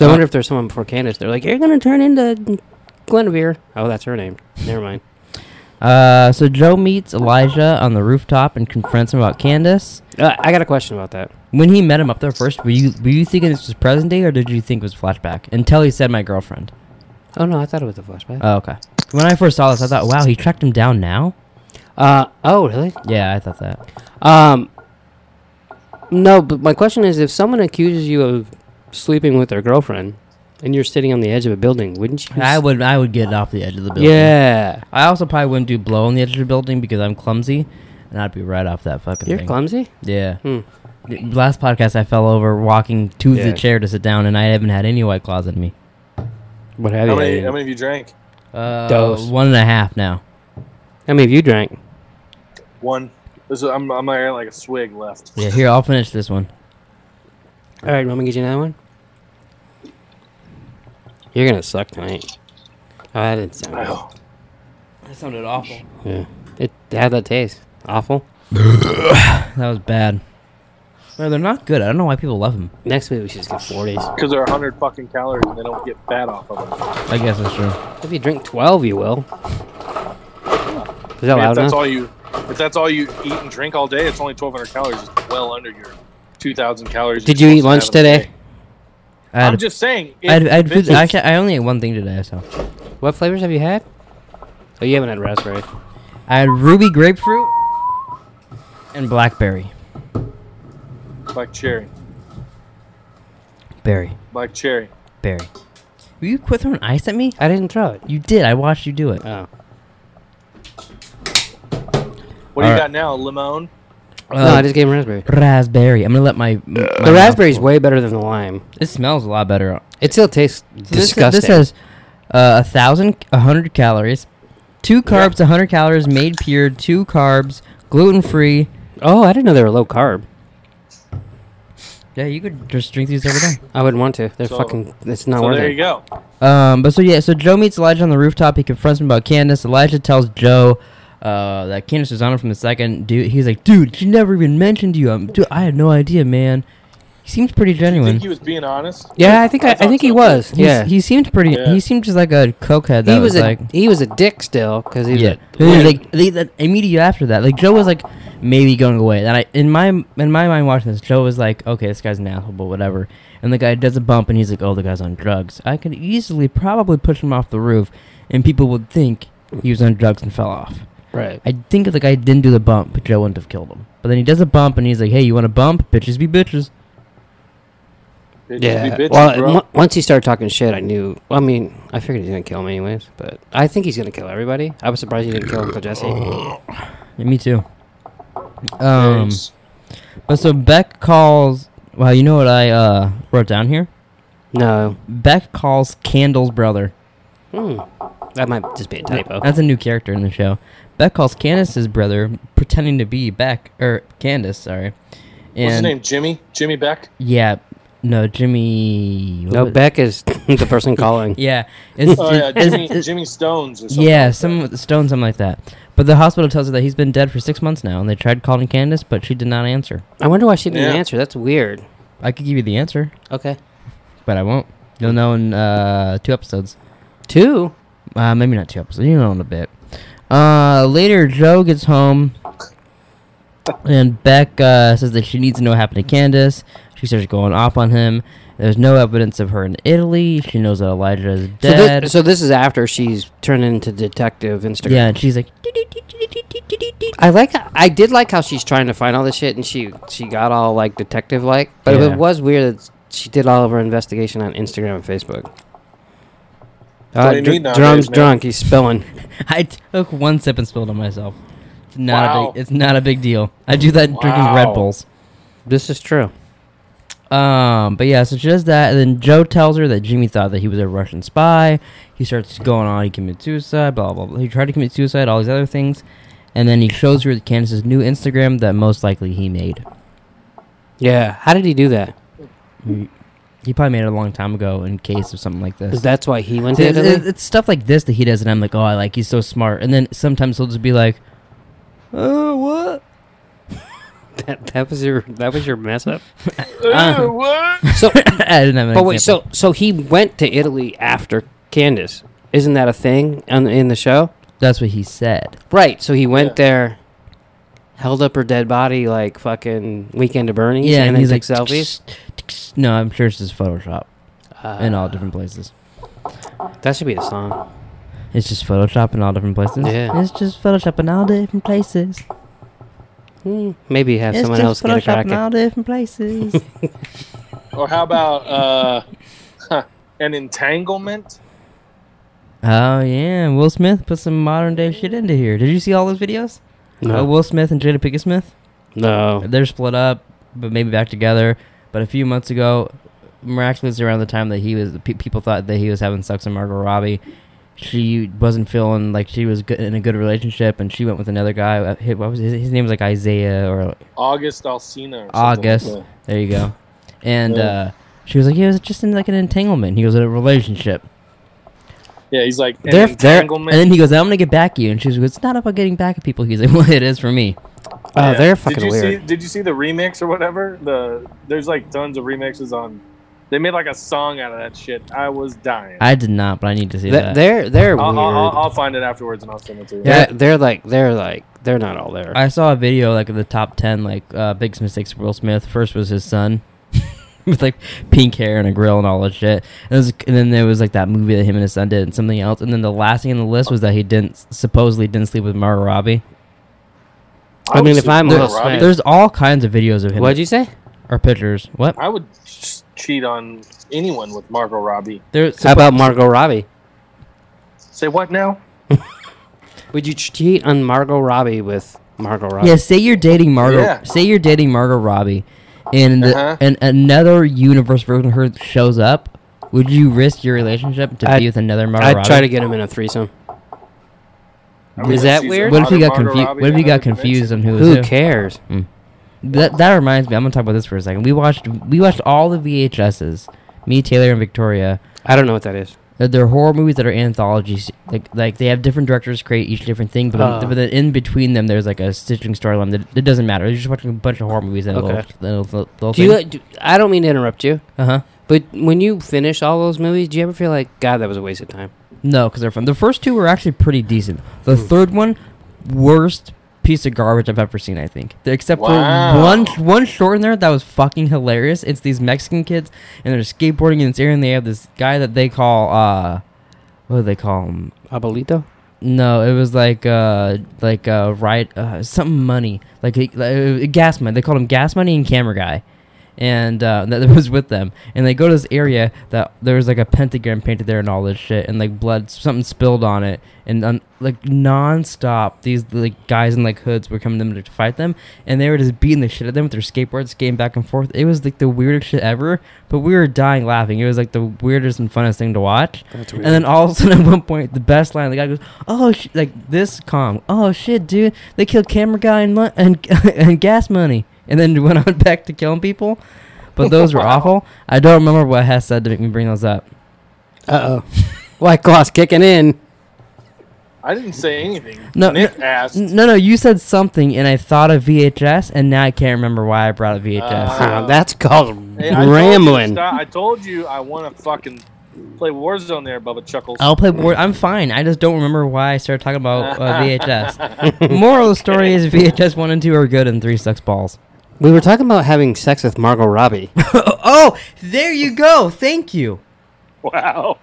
Speaker 2: I
Speaker 3: Uh,
Speaker 2: wonder if there's someone before Candace. They're like, you're gonna turn into Guinevere. Oh, that's her name. Never mind.
Speaker 1: Uh, so Joe meets Elijah on the rooftop and confronts him about Candace.
Speaker 2: Uh, I got a question about that.
Speaker 1: When he met him up there first, were you were you thinking this was present day or did you think it was flashback? Until he said my girlfriend.
Speaker 2: Oh no, I thought it was a flashback.
Speaker 1: Oh, okay. When I first saw this, I thought, wow, he tracked him down now.
Speaker 2: Uh, oh really?
Speaker 1: Yeah, I thought that.
Speaker 2: Um, no, but my question is, if someone accuses you of sleeping with their girlfriend, and you're sitting on the edge of a building, wouldn't you?
Speaker 1: I
Speaker 2: s-
Speaker 1: would I would get off the edge of the building.
Speaker 2: Yeah,
Speaker 1: I also probably wouldn't do blow on the edge of the building because I'm clumsy, and I'd be right off that fucking
Speaker 2: you're
Speaker 1: thing.
Speaker 2: clumsy.
Speaker 1: Yeah.
Speaker 2: Hmm.
Speaker 1: Y- Last podcast, I fell over walking to
Speaker 2: Yeah.
Speaker 1: the chair to sit down, and I haven't had any white claws in me.
Speaker 2: What have
Speaker 3: How
Speaker 2: you?
Speaker 3: many? How many of you drank?
Speaker 1: Uh,
Speaker 2: Dose.
Speaker 1: One and a half now.
Speaker 2: How many of you drank?
Speaker 3: One. This is, I'm. I'm I got like a swig left.
Speaker 1: Yeah, here, I'll finish this one.
Speaker 2: All right, want me to get you another one? You're gonna suck tonight. Oh, that didn't sound
Speaker 3: Ow.
Speaker 1: That sounded awful.
Speaker 2: good. Yeah. It had that taste. Awful.
Speaker 1: That was bad. No, they're not good. I don't know why people love them.
Speaker 2: Next week we should just get 40s.
Speaker 3: because they're 100 fucking calories and they don't get fat off of them.
Speaker 1: I guess that's true.
Speaker 2: If you drink 12, you will. Is that
Speaker 3: I mean,
Speaker 2: loud
Speaker 3: if that's
Speaker 2: enough?
Speaker 3: all you, if that's all you eat and drink all day, it's only 1,200 calories. It's well under your 2,000 calories.
Speaker 2: Did you
Speaker 3: you're
Speaker 2: eat
Speaker 3: supposed
Speaker 2: lunch
Speaker 3: to have in a
Speaker 2: today?
Speaker 3: day.
Speaker 1: I had,
Speaker 3: I'm just saying.
Speaker 1: I had, I, had
Speaker 3: it-
Speaker 1: food, actually, I only ate one thing today, so
Speaker 2: What flavors have you had? Oh, you haven't had raspberry.
Speaker 1: I had ruby grapefruit and blackberry.
Speaker 3: black cherry,
Speaker 1: Berry,
Speaker 3: black cherry.
Speaker 1: berry. Will you quit throwing ice at me?
Speaker 2: I didn't throw it.
Speaker 1: You did. I watched you do it.
Speaker 2: Oh.
Speaker 3: What do you
Speaker 1: Alright.
Speaker 3: got now? Limon.
Speaker 2: no, I just gave him raspberry.
Speaker 1: Uh, raspberry. I'm gonna let my, my
Speaker 2: The
Speaker 1: mouth
Speaker 2: raspberry's
Speaker 1: full.
Speaker 2: way better than the lime.
Speaker 1: It smells a lot better.
Speaker 2: It still tastes
Speaker 1: So this-
Speaker 2: disgusting.
Speaker 1: This has uh, a thousand, a hundred calories, two carbs, a hundred calories, made pure, two carbs, gluten free.
Speaker 2: oh, I didn't know they were low carb.
Speaker 1: Yeah, you could just drink these every day.
Speaker 2: I wouldn't want to. They're
Speaker 3: So-
Speaker 2: fucking. It's not
Speaker 3: so
Speaker 2: worth
Speaker 3: there
Speaker 2: it.
Speaker 3: you go.
Speaker 1: Um, but so yeah, so Joe meets Elijah on the rooftop. He confronts him about Candace. Elijah tells Joe uh, that Candace was on him from the second. Dude, he's like, dude, she never even mentioned you. Um, dude, I had no idea, man. He seems pretty
Speaker 3: You
Speaker 1: genuine.
Speaker 3: think he was being honest?
Speaker 2: Yeah, I think I, I
Speaker 3: thought
Speaker 2: think he
Speaker 3: so.
Speaker 2: was.
Speaker 1: He's-
Speaker 2: Yeah, he,
Speaker 1: he seemed pretty.
Speaker 3: Yeah.
Speaker 1: He seemed just like a cokehead. That was,
Speaker 2: was, a
Speaker 1: like,
Speaker 2: he was a dick still because he was
Speaker 1: yeah.
Speaker 2: a,
Speaker 1: They- like they, that immediately after that, like Joe was like maybe going away. And I in my in my mind watching this, Joe was like, okay, this guy's an asshole, but whatever. And the guy does a bump, and he's like, oh, the guy's on drugs. I could easily probably push him off the roof, and people would think he was on drugs and fell off.
Speaker 2: right.
Speaker 1: I think if the guy didn't do the bump, Joe wouldn't have killed him. But then he does a bump, and he's like, hey, you want to bump? Bitches be bitches.
Speaker 3: Bitches
Speaker 2: Yeah.
Speaker 3: be bitches,
Speaker 2: well,
Speaker 3: bro.
Speaker 2: on- once he started talking shit, I knew. Well, I mean, I figured he's gonna kill me anyways, but I think he's gonna kill everybody. I was surprised he didn't kill Uncle
Speaker 3: [coughs]
Speaker 2: Jesse.
Speaker 1: Yeah, me too. Um,
Speaker 3: Thanks.
Speaker 1: but Oh, so Beck calls. Well, you know what I uh, wrote down here?
Speaker 2: No,
Speaker 1: Beck calls Candle's brother.
Speaker 2: Hmm. that might just be a typo.
Speaker 1: That's a new character in the show. Beck calls Candace's brother, pretending to be Beck or Candace. Sorry. And
Speaker 3: What's his name? Jimmy. Jimmy Beck.
Speaker 2: [laughs]
Speaker 1: Yeah, no, Jimmy. what
Speaker 2: No,
Speaker 1: was-
Speaker 2: Beck is [laughs] the person calling.
Speaker 1: [laughs] Yeah, it's,
Speaker 3: Oh yeah,
Speaker 1: it's-
Speaker 3: Jimmy,
Speaker 1: it's-
Speaker 3: Jimmy Stones or something.
Speaker 1: yeah, some with the stone, something like that. But the hospital tells her that he's been dead for six months now, and they tried calling Candace, but she did not answer.
Speaker 2: I wonder why she didn't
Speaker 3: Yeah.
Speaker 2: answer. That's weird.
Speaker 1: I could give you the answer,
Speaker 2: Okay,
Speaker 1: but I won't. You'll know in uh, two episodes.
Speaker 2: two.
Speaker 1: Uh, maybe not two episodes. You know, in a bit. Uh, later, Joe gets home, and Beck uh, says that she needs to know what happened to Candace. She starts going off on him. There's no evidence of her in Italy. She knows that Elijah is
Speaker 2: So
Speaker 1: dead.
Speaker 2: this, so this is after she's turned into detective Instagram.
Speaker 1: yeah, and she's like,
Speaker 2: I like. I did like how she's trying to find all this shit, and she she got all like detective like. But
Speaker 1: Yeah.
Speaker 2: it was weird that she did all of her investigation on Instagram and Facebook. Uh,
Speaker 3: what you
Speaker 2: dr-
Speaker 3: need nowadays,
Speaker 2: drum's
Speaker 3: man.
Speaker 2: drunk. He's spilling.
Speaker 1: I took one sip and spilled on myself. It's not a
Speaker 3: Wow.
Speaker 1: big. It's not a big deal. I do that drinking Red
Speaker 3: Wow.
Speaker 1: Bulls.
Speaker 2: This is true.
Speaker 1: Um, but yeah, so she does that, and then Joe tells her that Jimmy thought that he was a Russian spy. He starts going on, he committed suicide, blah blah blah. He tried to commit suicide, all these other things, and then he shows her Candace's new Instagram that most likely he made.
Speaker 2: Yeah. How did he do that?
Speaker 1: He probably made it a long time ago in case of something like
Speaker 2: Is
Speaker 1: this.
Speaker 2: that's why he went to
Speaker 1: It's, it's-
Speaker 2: Italy?
Speaker 1: it's stuff like this that he does, and I'm like, oh, I like he's so smart. And then sometimes he'll just be like, oh, what?
Speaker 2: [laughs]
Speaker 1: [coughs]
Speaker 2: That, that was your that was your mess up. uh-huh.
Speaker 3: Ew, what?
Speaker 2: [laughs] So,
Speaker 1: I didn't have an
Speaker 2: but wait.
Speaker 1: example.
Speaker 2: So so he went to Italy after Candace. Isn't that a thing on, in the show?
Speaker 1: that's what he said.
Speaker 2: Right. So he went
Speaker 3: Yeah.
Speaker 2: there, held up her dead body like fucking Weekend of Bernie's,
Speaker 1: Yeah,
Speaker 2: and,
Speaker 1: and
Speaker 2: then
Speaker 1: he's
Speaker 2: took
Speaker 1: like,
Speaker 2: selfies. Ah.
Speaker 1: no, I'm sure it's just Photoshop in all different places.
Speaker 2: Uh, That should be a song.
Speaker 1: It's just Photoshop in all different places.
Speaker 2: Yeah.
Speaker 1: It's just Photoshop in all different places.
Speaker 2: Hmm, maybe have
Speaker 1: it's
Speaker 2: someone
Speaker 1: just
Speaker 2: else get a
Speaker 1: Photoshop
Speaker 2: crack
Speaker 1: in all
Speaker 2: at.
Speaker 1: different
Speaker 2: [laughs]
Speaker 1: places.
Speaker 3: Or how about uh, [laughs] huh, an entanglement?
Speaker 1: oh yeah, Will Smith put some modern day shit into here. Did you see all those videos? Uh,
Speaker 2: No, Oh.
Speaker 1: Will Smith and Jada Pinkett Smith.
Speaker 2: no.
Speaker 1: They're split up, but maybe back together. But a few months ago, miraculously around the time that he was, pe- people thought that he was having sex with Margot Robbie. She wasn't feeling like she was good, in a good relationship, and she went with another guy. Uh, hi- What was his, his name? Was like Isaiah or
Speaker 3: August Alsina. Or something like
Speaker 1: August.
Speaker 3: that.
Speaker 1: There you go. And
Speaker 3: Yeah.
Speaker 1: uh, she was like, yeah, it was just in like an entanglement. He was in a relationship.
Speaker 3: Yeah, he's like an
Speaker 2: They're- they're-
Speaker 1: And
Speaker 3: entanglement.
Speaker 1: then he goes, I'm gonna get back at you. And she's like, It's not about getting back at people. [laughs] He's like, Well, it is for me.
Speaker 2: Oh,
Speaker 3: Yeah.
Speaker 2: they're fucking
Speaker 3: did you
Speaker 2: weird.
Speaker 3: See, did you see the remix or whatever? The there's like tons of remixes on. They made like a song out of that shit. I was dying.
Speaker 1: I did not, but I need to see
Speaker 2: Th-
Speaker 1: that.
Speaker 2: they're they're
Speaker 3: I'll,
Speaker 2: weird.
Speaker 3: I'll, I'll, I'll find it afterwards and I'll send it to you.
Speaker 2: They're, they're like they're like they're not all there.
Speaker 1: I saw a video like of the top ten like uh, biggest mistakes of Will Smith. First was his son [laughs] with like pink hair and a grill and all that shit. And, it was- and then there was like that movie that him and his son did and something else. And then the last thing on the list was that he didn't supposedly didn't sleep with Margot Robbie.
Speaker 2: I mean,
Speaker 3: would
Speaker 2: if I'm
Speaker 3: sleep
Speaker 2: Will
Speaker 3: with Robbie.
Speaker 2: Smith-
Speaker 1: There's all kinds of videos of him
Speaker 2: What'd you say?
Speaker 1: or pictures. What?
Speaker 3: I would s- cheat on anyone with Margot Robbie.
Speaker 1: There's
Speaker 2: How about Margot Robbie?
Speaker 3: Say what now?
Speaker 2: Would you cheat on Margot Robbie with Margot Robbie?
Speaker 1: yeah. Say you're dating Margot.
Speaker 3: Yeah.
Speaker 1: Say you're dating Margot Robbie, and the,
Speaker 3: Uh-huh.
Speaker 1: and another universe version of her shows up. Would you risk your relationship to
Speaker 2: I'd-
Speaker 1: be with another Margot
Speaker 2: I'd
Speaker 1: Robbie?
Speaker 2: try to get him in a threesome.
Speaker 3: I would
Speaker 2: Is
Speaker 3: see
Speaker 2: that
Speaker 3: some
Speaker 2: weird?
Speaker 1: What if you
Speaker 3: other
Speaker 1: got
Speaker 3: Margot
Speaker 1: confused?
Speaker 3: Robbie
Speaker 1: What if
Speaker 3: in
Speaker 1: you got
Speaker 3: another dimension.
Speaker 1: confused on who was
Speaker 2: Who
Speaker 1: who?
Speaker 2: cares?
Speaker 1: That that reminds me. I'm gonna talk about this for a second. We watched we watched all the VHSs. Me, Taylor, and Victoria.
Speaker 2: I don't know what that is.
Speaker 1: They're, they're horror movies that are anthologies. Like like they have different directors create each different thing, but,
Speaker 2: Oh.
Speaker 1: then, but then in between them, there's like a stitching storyline. That it doesn't matter. You're just watching a bunch of horror movies. And
Speaker 2: Okay.
Speaker 1: okay. Little, little, little
Speaker 2: Do you? Do, I don't mean to interrupt you,
Speaker 1: uh huh.
Speaker 2: but when you finish all those movies, do you ever feel like God, that was a waste of time?
Speaker 1: No, because they're fun. The first two were actually pretty decent. The third one, worst piece of garbage I've ever seen. I think, except for
Speaker 3: Wow.
Speaker 1: one one short in there that was fucking hilarious. It's these Mexican kids and they're skateboarding in this area, and they have this guy that they call uh, what do they call him?
Speaker 2: Abuelito.
Speaker 1: No, it was like uh like uh right uh something money like, a, like, uh, gas money. They called him gas money and camera guy, and uh, [laughs] that was with them. And they go to this area that there was like a pentagram painted there and all this shit, and like blood something spilled on it, and um, like nonstop these like guys in like hoods were coming to them to fight them, and they were just beating the shit at them with their skateboards, skating back and forth. It was like the weirdest shit ever, but we were dying laughing. It was like the weirdest and funnest thing to watch.
Speaker 2: That's
Speaker 1: And then all of a sudden, [laughs] at one point, the best line, the guy goes, "Oh, sh-, like this calm. Oh shit, dude, they killed camera guy and mon- and [laughs] and gas money." And then [laughs] went on back to killing people. But those were
Speaker 3: Wow.
Speaker 1: awful. I don't remember what Hess said to make me bring those up.
Speaker 2: Uh oh. White Claw's kicking in.
Speaker 3: I didn't say anything.
Speaker 1: No,
Speaker 3: Nick asked.
Speaker 1: N- No, no, you said something, and I thought of VHS, and now I can't remember why I brought up VHS.
Speaker 3: Ah.
Speaker 2: Now, that's called
Speaker 3: Hey, I told you to
Speaker 2: rambling.
Speaker 3: stop. I told you I want to fucking play Warzone there, Bubba Chuckles.
Speaker 2: Oh.
Speaker 1: I'll play board. I'm fine. I just don't remember why I started talking about uh, VHS. Moral of the story is VHS one and two are good, and three sucks balls.
Speaker 2: We were talking about having sex with Margot Robbie.
Speaker 1: [laughs] oh, there you go. Thank you.
Speaker 3: [laughs] Wow.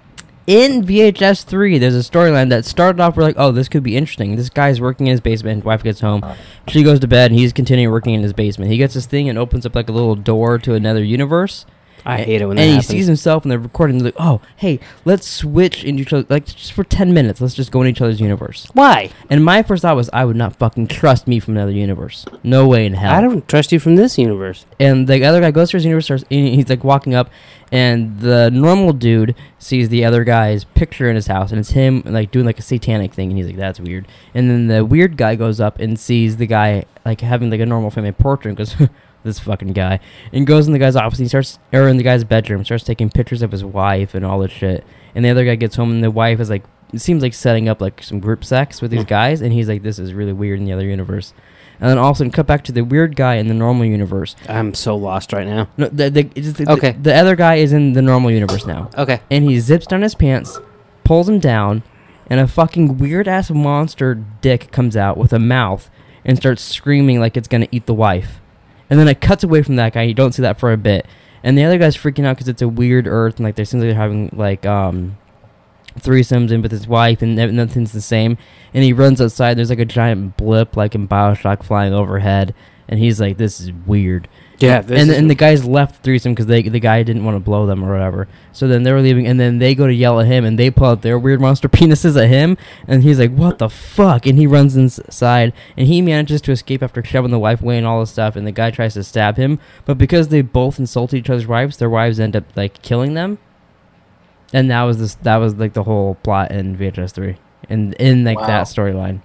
Speaker 1: in VHS three, there's a storyline that started off. We're like, oh, this could be interesting. This guy's working in his basement. His wife gets home,
Speaker 2: Uh-huh.
Speaker 1: she goes to bed, and he's continuing working in his basement. He gets this thing and opens up like a little door to another universe.
Speaker 2: [laughs] I hate it when that
Speaker 1: and he
Speaker 2: happens.
Speaker 1: sees himself in the recording. They're like, oh, hey, let's switch into each other. Like just for ten minutes, let's just go in each other's universe.
Speaker 2: Why?
Speaker 1: And my first thought was, I would not fucking trust me from another universe. No way in hell
Speaker 2: I don't trust you from this universe.
Speaker 1: and the other guy goes to his universe starts, and he's like walking up and the normal dude sees the other guy's picture in his house and it's him like doing like a satanic thing and he's like that's weird and then the weird guy goes up and sees the guy like having like a normal family portrait and goes [laughs] this fucking guy and goes in the guy's office and he starts or in the guy's bedroom starts taking pictures of his wife and all this shit and the other guy gets home and the wife is like it seems like setting up like some group sex with these guys and he's like this is really weird in the other universe and then all of a sudden cut back to the weird guy in the normal universe
Speaker 2: I'm so lost right now.
Speaker 1: no, the, the, it's just the,
Speaker 2: Okay.
Speaker 1: The, other guy is in the normal universe now,
Speaker 2: Okay.
Speaker 1: and he zips down his pants, pulls him down, and a fucking weird ass monster dick comes out with a mouth and starts screaming like it's gonna eat the wife. And then it cuts away from that guy. You don't see that for a bit, and the other guy's freaking out because it's a weird Earth and like there seems like they're having like um threesomes in with his wife and ev- nothing's the same. And he runs outside. There's like a giant blip like in Bioshock flying overhead, and he's like, "This is weird."
Speaker 2: Yeah. This
Speaker 1: and
Speaker 2: is-
Speaker 1: and the guys left the threesome because they the guy didn't want to blow them or whatever. So then they were leaving, and then they go to yell at him, and they pull out their weird monster [laughs] penises at him, and he's like, "What the fuck?" And he runs inside, and he manages to escape after shoving the wife away and all this stuff. And the guy tries to stab him, but because they both insult each other's wives, their wives end up like killing them. And that was this. That was like the whole plot in VHS three, and in like
Speaker 3: Wow.
Speaker 1: that storyline.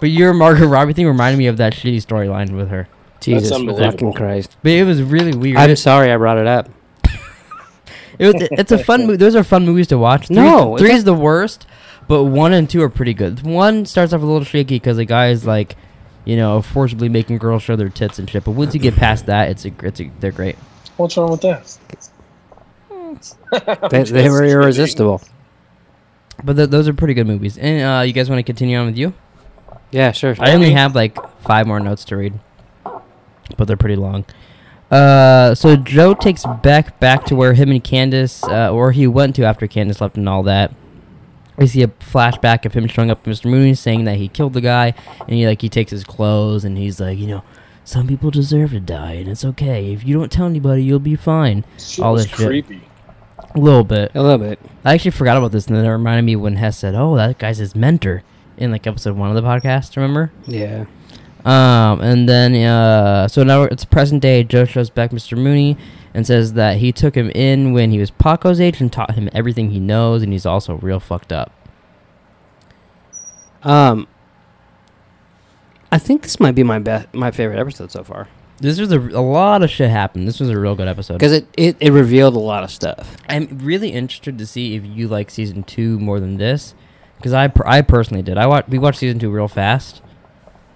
Speaker 1: But your Margaret Robbie thing reminded me of that shitty storyline with her.
Speaker 2: Jesus
Speaker 3: unbelievable.
Speaker 2: fucking Christ.
Speaker 1: But it was really weird.
Speaker 3: [laughs]
Speaker 2: I'm sorry I brought it up.
Speaker 1: It was, it's a
Speaker 2: [laughs]
Speaker 1: fun movie. Those are fun movies to watch. Three's,
Speaker 2: No, it's
Speaker 1: three is the worst, but one and two are pretty good. One starts off a little shaky because the guy is like, you know, forcibly making girls show their tits and shit. But once you get past that, it's a, gr- it's a, they're great.
Speaker 3: What's wrong with that?
Speaker 2: They, they were
Speaker 3: kidding.
Speaker 2: irresistible.
Speaker 1: But th- those are pretty good movies. And uh, you guys want to continue on with you?
Speaker 2: Yeah, sure.
Speaker 1: I only have like five more notes to read, but they're pretty long. Uh, so Joe takes Beck back to where him and Candace, uh, or he went to after Candace left and all that. We see a flashback of him showing up to Mr. Mooney saying that he killed the guy, and he like he takes his clothes and he's like, you know, some people deserve to die, and it's okay. If you don't tell anybody, you'll be fine.
Speaker 3: Shit
Speaker 1: All
Speaker 3: was
Speaker 1: this shit.
Speaker 3: creepy.
Speaker 1: A little bit.
Speaker 2: A little bit.
Speaker 1: I actually forgot about this, and then it reminded me when Hess said, "Oh, that guy's his mentor." In like episode one of the podcast, remember?
Speaker 2: Yeah.
Speaker 1: Um, and then uh, so now it's present day. Joe shows back Mr. Mooney and says that he took him in when he was Paco's age and taught him everything he knows, and he's also real fucked up.
Speaker 2: Um, I think this might be my best, my favorite episode so far
Speaker 1: This was a, a lot of shit happened. This was a real good episode.
Speaker 2: because it, it it revealed a lot of stuff.
Speaker 1: I'm really interested to see if you like season two more than this, because I per- I personally did. I watched we watched season two real fast,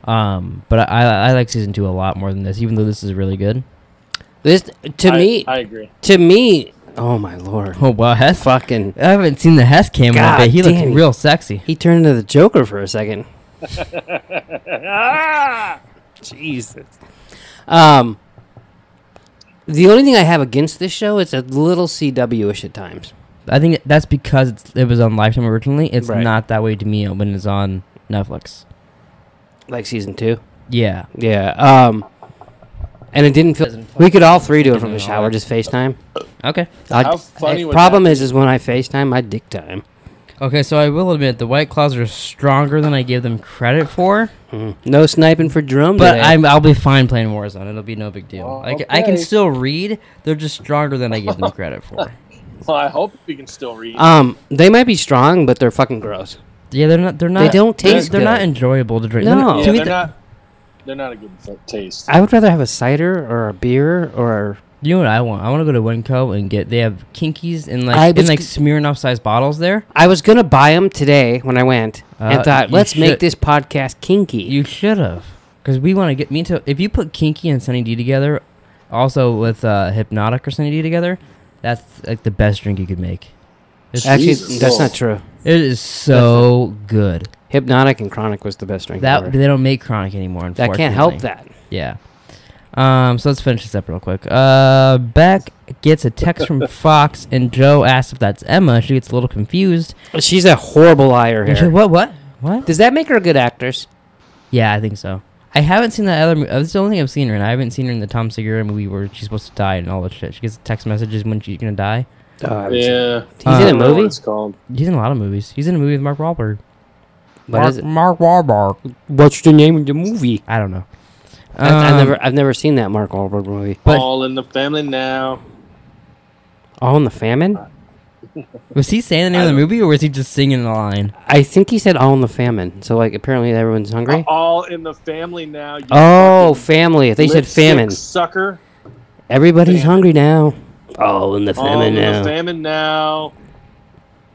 Speaker 1: um, but I, I I like season two a lot more than this, even though this is really good. [laughs]
Speaker 2: This to
Speaker 3: I-
Speaker 2: me,
Speaker 3: I agree.
Speaker 2: to me, oh my lord,
Speaker 1: Oh wow, Hess!
Speaker 2: fucking,
Speaker 1: I haven't seen the Hess cam in a
Speaker 2: God
Speaker 1: bit. He looks
Speaker 2: damn it.
Speaker 1: real sexy.
Speaker 2: he turned into the Joker for a
Speaker 3: [laughs]
Speaker 2: second.
Speaker 3: Ah!
Speaker 2: Jesus. Um, the only thing I have against this show is a little CW-ish at times.
Speaker 1: I think that's because it's, it was on Lifetime originally. It's
Speaker 2: Right.
Speaker 1: not that way to me when it's on Netflix.
Speaker 2: like season two.
Speaker 1: Yeah,
Speaker 2: Yeah. Um, and it didn't feel. We could all three do it from the shower, just FaceTime.
Speaker 1: Okay.
Speaker 2: I,
Speaker 3: How funny would
Speaker 2: problem is, is when I FaceTime, I dick time.
Speaker 1: Okay, so I will admit the White Claws are stronger than I give them credit for,
Speaker 2: Mm. No sniping for drum.
Speaker 1: but
Speaker 2: today.
Speaker 1: I'm, I'll be fine playing Warzone. It'll be no big deal. I, ca- I can
Speaker 3: Okay.
Speaker 1: still read. They're just stronger than I give them credit for.
Speaker 3: Well, I hope you can still read.
Speaker 2: Um, they might be strong, but they're fucking gross.
Speaker 1: Yeah, they're not. They're not.
Speaker 2: don't
Speaker 1: they're-
Speaker 2: taste
Speaker 1: They're, not
Speaker 2: good.
Speaker 1: enjoyable to drink.
Speaker 2: No.
Speaker 1: They're not-
Speaker 3: yeah,
Speaker 1: to
Speaker 3: they're
Speaker 1: me, th-
Speaker 3: not. They're not a good f- taste.
Speaker 2: I would rather have a cider or a beer or.
Speaker 1: you know what I want? I want to go to Winco and get. They have kinkies and
Speaker 2: I
Speaker 1: like in
Speaker 2: was
Speaker 1: like
Speaker 2: g-
Speaker 1: Smirnoff sized bottles there.
Speaker 2: I was gonna buy them today when I went
Speaker 1: Uh,
Speaker 2: and thought,
Speaker 1: you
Speaker 2: let's
Speaker 1: should-
Speaker 2: make this podcast kinky.
Speaker 1: You should have, because we want to get me to. If you put Kinky and Sunny D together, also with uh, Hypnotic or Sunny D together, that's like the best drink you could make. It's,
Speaker 2: Actually,
Speaker 3: Jesus.
Speaker 2: that's not true.
Speaker 1: it is so good.
Speaker 2: Hypnotic and Chronic was the best drink.
Speaker 1: That
Speaker 2: ever.
Speaker 1: they don't make Chronic anymore.
Speaker 2: that
Speaker 1: Unfortunately,
Speaker 2: can't help that.
Speaker 1: Yeah. Um. So let's finish this up real quick. Uh, Beck gets a text
Speaker 2: [laughs]
Speaker 1: from Fox, and Joe asks if that's Emma. She gets a little confused.
Speaker 2: She's a horrible liar
Speaker 1: And she,
Speaker 2: here.
Speaker 1: what? What? What?
Speaker 2: Does that make her a good actress?
Speaker 1: Yeah, I think so. I haven't seen that other. mo- That's the only thing I've seen her in. I haven't seen her in the Tom Segura movie where she's supposed to die and all that shit. She gets text messages when she's gonna die.
Speaker 2: Uh,
Speaker 3: yeah,
Speaker 2: He's in a
Speaker 3: I don't know what
Speaker 2: movie.
Speaker 3: It's called.
Speaker 1: He's in a lot of movies. He's in a movie with Mark Wahlberg.
Speaker 2: What
Speaker 1: Mark,
Speaker 2: is it?
Speaker 1: Mark Wahlberg.
Speaker 2: What's the name of the movie?
Speaker 1: I don't know.
Speaker 2: I've, I've
Speaker 1: Um,
Speaker 2: never, I've never seen that Mark Wahlberg movie.
Speaker 1: But-
Speaker 3: All in the family now.
Speaker 2: All in the Famine.
Speaker 1: Was he saying the name of the movie or was he just singing the line?
Speaker 2: I think he said All in the Famine. So like, apparently everyone's hungry.
Speaker 3: All in the family now. You
Speaker 2: Oh, family. They said
Speaker 3: lip-sick
Speaker 2: famine.
Speaker 3: Sucker.
Speaker 2: Everybody's hungry now. All in Oh, the
Speaker 3: All in
Speaker 2: famine
Speaker 3: Oh, the
Speaker 2: now.
Speaker 3: famine now.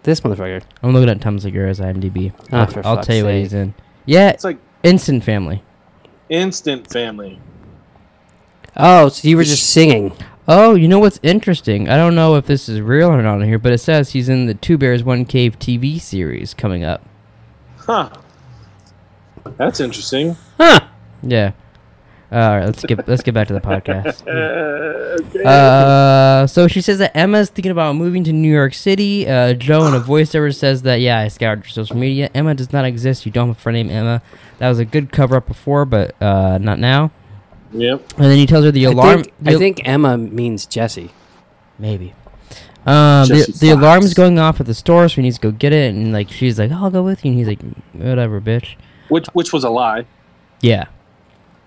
Speaker 2: this motherfucker.
Speaker 1: I'm looking at Tom Segura's IMDb.
Speaker 2: Oh,
Speaker 1: I'll,
Speaker 2: for
Speaker 1: I'll
Speaker 2: fuck's
Speaker 1: tell you what
Speaker 2: sake.
Speaker 1: he's in. Yeah,
Speaker 3: It's like
Speaker 1: Instant Family.
Speaker 3: instant family.
Speaker 2: Oh, so you were just singing.
Speaker 1: Oh, you know what's interesting? I don't know if this is real or not on here, but it says he's in the Two Bears One Cave TV series coming up.
Speaker 3: Huh. That's interesting.
Speaker 2: Huh?
Speaker 1: Yeah. All right, let's get let's get back to the
Speaker 2: [laughs]
Speaker 1: podcast.
Speaker 3: okay.
Speaker 1: Uh, so she says that Emma's thinking about moving to New York City. Uh, Joe
Speaker 2: [gasps]
Speaker 1: in a voiceover says that yeah, I scoured your social media. Emma does not exist. You don't have a friend named Emma. That was a good cover up before, but uh, not now.
Speaker 3: yep.
Speaker 1: And then he tells her the alarm.
Speaker 2: I, think,
Speaker 1: the-
Speaker 2: I think Emma means Jesse.
Speaker 1: Maybe. Um, the,
Speaker 3: Jesse
Speaker 1: the
Speaker 3: Fox.
Speaker 1: alarm's going off at the store, so he needs to go get it. And like, she's like, "I'll go with you," and he's like, "Whatever, bitch."
Speaker 3: Which which was a lie.
Speaker 1: Yeah.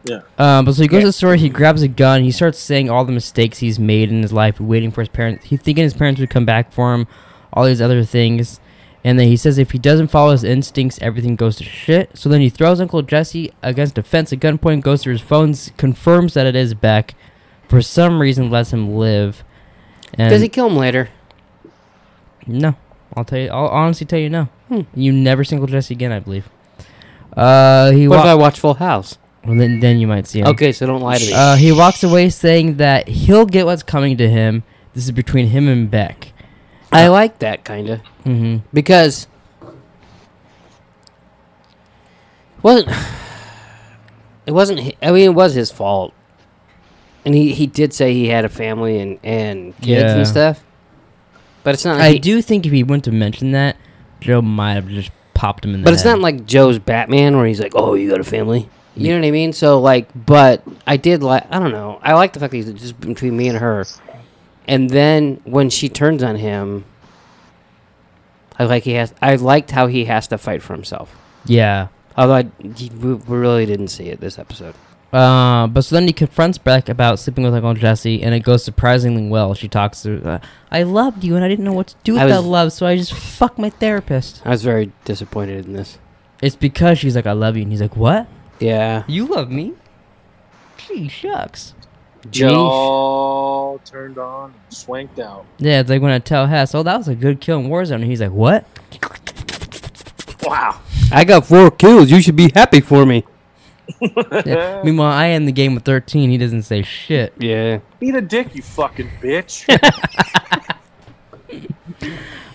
Speaker 3: Yeah.
Speaker 1: Um, but so he goes to the store. He grabs a gun. He starts saying all the mistakes he's made in his life, waiting for his parents. He's thinking his parents would come back for him, all these other things. And then he says if he doesn't follow his instincts, everything goes to shit. So then he throws Uncle Jesse against a fence at gunpoint, goes through his phones, confirms that it is Beck. For some reason, lets him live. And
Speaker 2: Does he kill him later?
Speaker 1: No, I'll tell you. I'll honestly tell you no.
Speaker 2: Hmm.
Speaker 1: You never single Jesse again, I believe. Uh, he
Speaker 2: What if I
Speaker 1: wa-
Speaker 2: watch Full House?
Speaker 1: well, then, then you might see him.
Speaker 2: Okay, so don't lie to me.
Speaker 1: Uh, he walks away saying that he'll get what's coming to him. This is between him and Beck.
Speaker 2: I like that kind of
Speaker 1: hmm
Speaker 2: because wasn't it wasn't hi- I mean it was his fault, and he he did say he had a family and and kids
Speaker 1: Yeah.
Speaker 2: and stuff. But it's not. Like
Speaker 1: I
Speaker 2: he-
Speaker 1: do think if he went to mention that, Joe might have just popped him in the
Speaker 2: But it's
Speaker 1: head.
Speaker 2: not like Joe's Batman where he's like, "Oh, you got a family." You know what I mean? So like, but I did like I don't know. I like the fact that he's just between me and her. And then when she turns on him, I like he has. I liked how he has to fight for himself.
Speaker 1: yeah.
Speaker 2: Although I, he- we we really didn't see it this episode.
Speaker 1: Uh, but so then he confronts Beck about sleeping with Uncle Jesse, and it goes surprisingly well. She talks to, uh, I loved you, and I didn't know what to do with
Speaker 2: I
Speaker 1: that
Speaker 2: was-
Speaker 1: love, so I just fucked my therapist.
Speaker 2: I was very disappointed in this.
Speaker 1: It's because she's like, I love you, and he's like, What?
Speaker 2: Yeah,
Speaker 1: You love me? Gee, shucks.
Speaker 3: Get
Speaker 2: Jeez.
Speaker 3: all turned on, swanked out.
Speaker 1: Yeah, it's like when I tell Hess, oh, that was a good kill in Warzone, and he's like, What?
Speaker 3: Wow.
Speaker 2: I got four kills. You should be happy for me.
Speaker 1: Yeah. Meanwhile, I end the game with 13. He doesn't say shit.
Speaker 2: Yeah,
Speaker 3: Eat a dick, you fucking
Speaker 1: [laughs]
Speaker 3: bitch.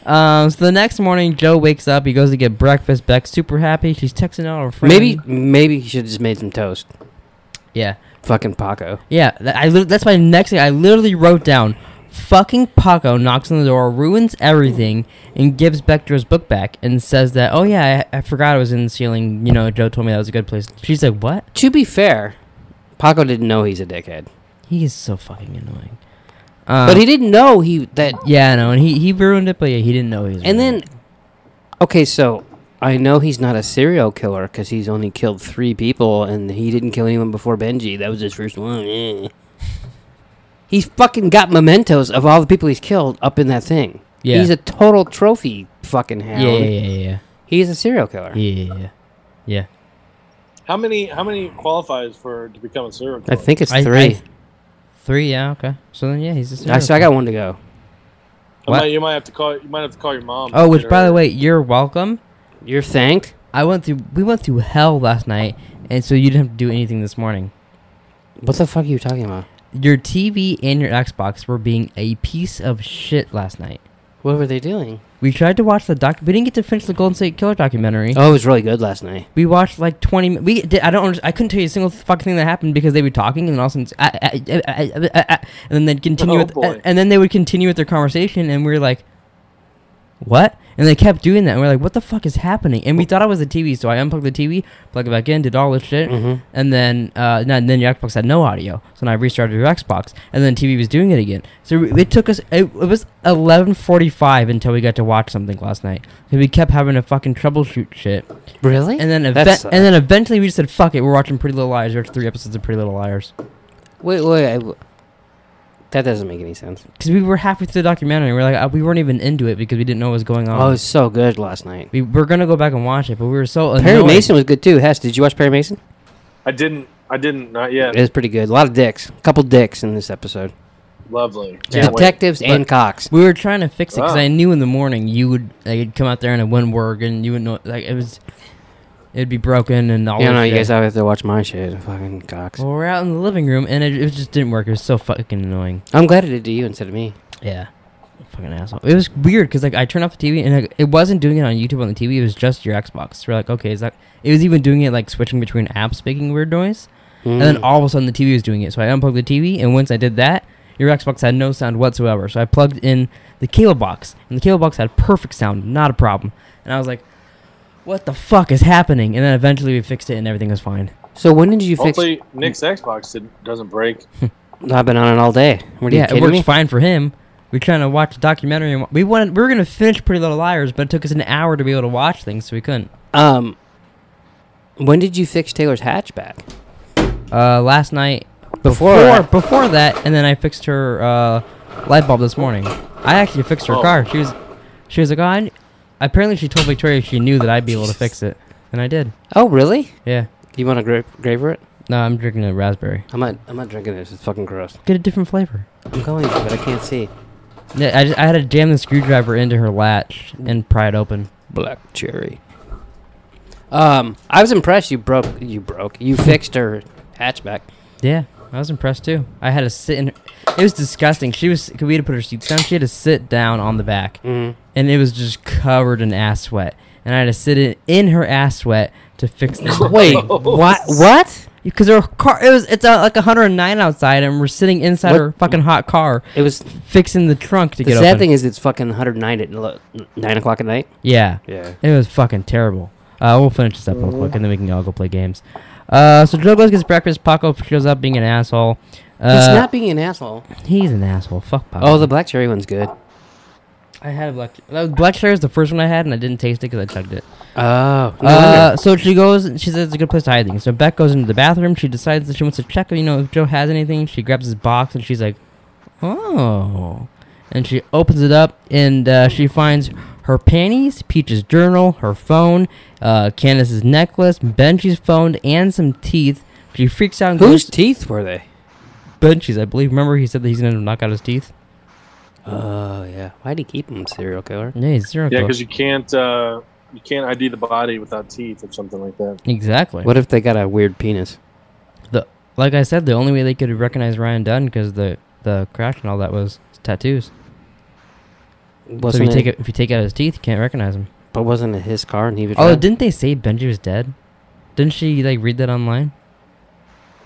Speaker 1: Um, so the next morning, Joe wakes up. He goes to get breakfast. Beck's super happy. She's texting out her friend.
Speaker 2: maybe maybe he should have just made some toast.
Speaker 1: Yeah.
Speaker 2: Fucking Paco.
Speaker 1: Yeah. That, I lit- that's my next thing. I literally wrote down fucking Paco knocks on the door, ruins everything, and gives Beck Joe's book back and says that, oh, yeah, I, I forgot it was in the ceiling. You know, Joe told me that was a good place. She's like, what?
Speaker 2: To be fair, Paco didn't know he's a dickhead,
Speaker 1: He is so fucking annoying. Um,
Speaker 2: but he didn't know he that.
Speaker 1: Yeah, I know. And he, he ruined it, but yeah, he didn't know he was
Speaker 2: And
Speaker 1: ruining
Speaker 2: then,
Speaker 1: it.
Speaker 2: okay, so I know he's not a serial killer because he's only killed three people, and he didn't kill anyone before Benji. That was his first one. eh. He's fucking got mementos of all the people he's killed up in that thing.
Speaker 1: Yeah.
Speaker 2: he's a total trophy fucking hound.
Speaker 1: Yeah, yeah, yeah, yeah.
Speaker 2: He's a serial killer.
Speaker 1: Yeah, yeah, yeah. yeah.
Speaker 3: how many how many qualifies for to become a serial
Speaker 2: I
Speaker 3: killer?
Speaker 2: think it's
Speaker 1: I-
Speaker 2: three.
Speaker 1: I- three, yeah, okay. So then, yeah, he's a
Speaker 2: I,
Speaker 1: serial
Speaker 2: so I
Speaker 1: killer.
Speaker 2: got one to go.
Speaker 3: I might-
Speaker 1: what?
Speaker 3: you might have to call you might have to call your mom.
Speaker 1: Oh, which, by the way, you're welcome.
Speaker 2: You're thanked.
Speaker 1: I went through, we went through hell last night, and so you didn't have to do anything this morning.
Speaker 2: What the fuck are you talking about?
Speaker 1: Your TV and your Xbox were being a piece of shit last night.
Speaker 2: What were they doing?
Speaker 1: We tried to watch the doc. We didn't get to finish the Golden State Killer documentary.
Speaker 2: Oh, it was really good last night.
Speaker 1: We watched like twenty. mi- We did, I don't. under- I couldn't tell you a single fucking thing that happened because they were talking and then all of a sudden, ah, ah, ah, ah, ah, ah, ah, and then they'd continue
Speaker 3: Oh,
Speaker 1: with,
Speaker 3: boy.
Speaker 1: and then they would continue with their conversation, and we were like, "What?" And they kept doing that, and we are like, "What the fuck is happening?" And we thought it was the TV, so I unplugged the TV, plugged it back in, did all this shit,
Speaker 3: Mm-hmm.
Speaker 2: Mhm.
Speaker 1: and then uh, no, and then your Xbox had no audio, so then I restarted your Xbox, and then TV was doing it again. So we- it took us. It, it was eleven forty-five until we got to watch something last night. So we kept having to fucking troubleshoot shit.
Speaker 2: Really?
Speaker 1: And then
Speaker 2: That
Speaker 1: event-
Speaker 2: sucks.
Speaker 1: and then eventually we just said, "Fuck it, we're watching Pretty Little Liars." There's three episodes of Pretty Little Liars
Speaker 2: Wait, wait. I w that doesn't make any sense.
Speaker 1: because we were halfway through the documentary. and We're like, uh, we weren't even into it because we didn't know what was going on.
Speaker 2: oh, it was so good last night.
Speaker 1: we were gonna go back and watch it, but we were so annoyed.
Speaker 2: Perry Mason was good too. Hess, did you watch Perry Mason?
Speaker 3: I didn't I didn't not yet.
Speaker 2: It was pretty good. A lot of dicks. A couple dicks in this episode.
Speaker 3: Lovely.
Speaker 1: Yeah.
Speaker 3: Can't wait.
Speaker 2: Detectives and Cox.
Speaker 1: We were trying to fix it because
Speaker 3: Wow.
Speaker 1: I knew in the morning you would like, you'd come out there and it wouldn't work, and you wouldn't know like it was, it'd be broken and all.
Speaker 2: You
Speaker 1: this
Speaker 2: know,
Speaker 1: Oh,
Speaker 2: you
Speaker 1: shit.
Speaker 2: guys always have to watch my shit. Fucking Cox.
Speaker 1: Well, we're out in the living room and it, it just didn't work. It was so fucking annoying.
Speaker 2: I'm glad it did to you instead of me.
Speaker 1: Yeah. Fucking asshole. It was weird because like I turned off the TV and like, it wasn't doing it on YouTube on the TV. It was just your Xbox. we're like, okay, is that? It was even doing it like switching between apps, making weird noise, and then all of a sudden the TV was doing it. So I unplugged the TV, and once I did that, your Xbox had no sound whatsoever. So I plugged in the cable box, and the cable box had perfect sound, not a problem. And I was like, what the fuck is happening? And then eventually we fixed it, and everything was fine.
Speaker 2: So when did you fix?
Speaker 3: Hopefully Nick's
Speaker 1: Mm.
Speaker 3: Xbox did,
Speaker 1: [laughs]
Speaker 3: doesn't break.
Speaker 2: I've been on it all day. What are you
Speaker 1: yeah, it
Speaker 2: kidding
Speaker 1: works
Speaker 2: me?
Speaker 1: fine for him. We're trying to watch a documentary. And wa- we wanted, we were gonna finish Pretty Little Liars, but it took us an hour to be able to watch things, so we couldn't.
Speaker 2: Um, when did you fix Taylor's hatchback?
Speaker 1: Uh, last night,
Speaker 2: Before-
Speaker 1: before, before that, and then I fixed her uh, light bulb this morning. I actually fixed her
Speaker 3: Oh.
Speaker 1: car. She was, she was like, oh, I kn- apparently she told Victoria she knew that I'd be able to fix it, and I did.
Speaker 2: Oh, really?
Speaker 1: Yeah.
Speaker 2: You want to grape, grape it?
Speaker 1: No, I'm drinking a raspberry.
Speaker 2: I'm not. I'm not drinking this. It's fucking gross.
Speaker 1: Get a different flavor.
Speaker 2: I'm going to, but I can't see.
Speaker 1: Yeah, I, just, I had to jam the screwdriver into her latch and pry it open.
Speaker 2: Black cherry. Um, I was impressed. You broke. You broke. You fixed her hatchback.
Speaker 1: Yeah, I was impressed too. I had to sit in. It was disgusting. She was. We had to put her seats down. She had to sit down on the back,
Speaker 2: Mhm.
Speaker 1: and it was just covered in ass sweat. And I had to sit in, in her ass sweat to fix
Speaker 2: [laughs]
Speaker 1: the
Speaker 2: Wait, what? What?
Speaker 1: because her car. It was. It's uh, like 109 outside, and we're sitting inside
Speaker 2: What-
Speaker 1: her fucking hot car
Speaker 2: It was.
Speaker 1: fixing the trunk to
Speaker 2: The
Speaker 1: get
Speaker 2: sad
Speaker 1: open.
Speaker 2: thing is, it's fucking 109 at lo- nine o'clock at night.
Speaker 1: yeah,
Speaker 2: Yeah.
Speaker 1: It was fucking terrible. Uh, we'll finish this up real quick, and then we can all go play games. Uh, so Joe goes gets breakfast. Paco shows up being an asshole. Uh,
Speaker 2: It's not being an asshole.
Speaker 1: He's an asshole. Fuck Paco.
Speaker 2: Oh, the black cherry one's good.
Speaker 1: I had a black. That was black cherry is the first one I had, and I didn't taste it because I chugged it.
Speaker 2: Oh. no
Speaker 1: Uh, so she goes. and She says it's a good place to hide things. So Beck goes into the bathroom. She decides that she wants to check. You know, if Joe has anything. She grabs his box and she's like, "Oh," and she opens it up and uh, she finds her panties, Peach's journal, her phone, uh, Candace's necklace, Benji's phone, and some teeth. She freaks out. And
Speaker 2: wonder. Whose
Speaker 1: goes,
Speaker 2: teeth were they?
Speaker 1: Benji's? I believe. Remember, he said that he's gonna knock out his teeth.
Speaker 2: Oh yeah. Why'd he keep them, serial killer?
Speaker 1: Yeah, he's zero.
Speaker 3: Yeah,
Speaker 1: close.
Speaker 3: because you can't uh, you can't ID the body without teeth or something like that.
Speaker 1: exactly.
Speaker 2: What if they got a weird penis?
Speaker 1: the like I said, the only way they could recognize Ryan Dunn because the the crash and all that was tattoos. So if
Speaker 2: Wasn't
Speaker 1: you take
Speaker 2: it?
Speaker 1: it, if you take out his teeth, you can't recognize him.
Speaker 2: But wasn't it his car and he was?
Speaker 1: Oh,
Speaker 2: driving?
Speaker 1: didn't they say Benji was dead? Didn't she like read that online?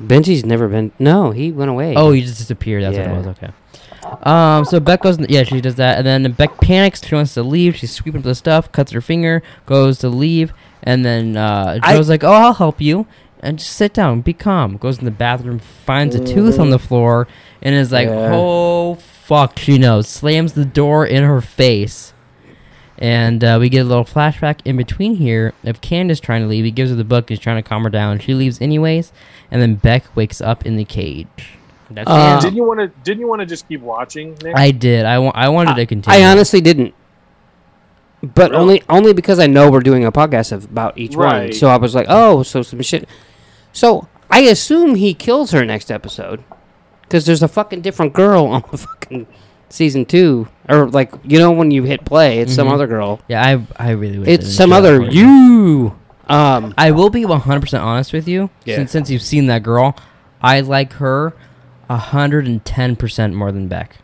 Speaker 2: Benji's never been. No, he went away.
Speaker 1: Oh, he just disappeared. That's
Speaker 2: Yeah.
Speaker 1: what it was. Okay. Um. So Beck goes. Yeah, she does that, and then Beck panics. She wants to leave. She's sweeping up the stuff, cuts her finger, goes to leave, and then uh,
Speaker 2: I-
Speaker 1: Joe's like, "Oh, I'll help you." And just sit down, be calm. Goes in the bathroom, finds a tooth on the floor, and is like,
Speaker 2: Mm-hmm. Yeah.
Speaker 1: "Oh fuck!" She knows. Slams the door in her face, and uh, we get a little flashback in between here of Candace trying to leave. He gives her the book. He's trying to calm her down. She leaves anyways, and then Beck wakes up in the cage. That's the
Speaker 2: Uh,
Speaker 1: end.
Speaker 3: Didn't you want to? Didn't you want to just keep watching? Nick?
Speaker 1: I did. I, wa- I wanted to continue.
Speaker 2: I honestly didn't. But
Speaker 3: Really?
Speaker 2: only only because I know we're doing a podcast of- about each one.
Speaker 3: Right.
Speaker 2: So I was like, oh, so some shit. So I assume he kills her next episode because there's a fucking different girl on the [laughs] fucking season two, or like you know when you hit play, it's some
Speaker 3: Mm-hmm.
Speaker 1: Mhm.
Speaker 2: other girl.
Speaker 1: Yeah, I, I really wish. I
Speaker 2: It's
Speaker 1: didn't
Speaker 2: some
Speaker 1: do that
Speaker 2: other
Speaker 1: for
Speaker 2: you. Um,
Speaker 1: I will be 100% honest with you.
Speaker 2: Yeah.
Speaker 1: Since, since you've seen that girl, I like her 110% more than Beck.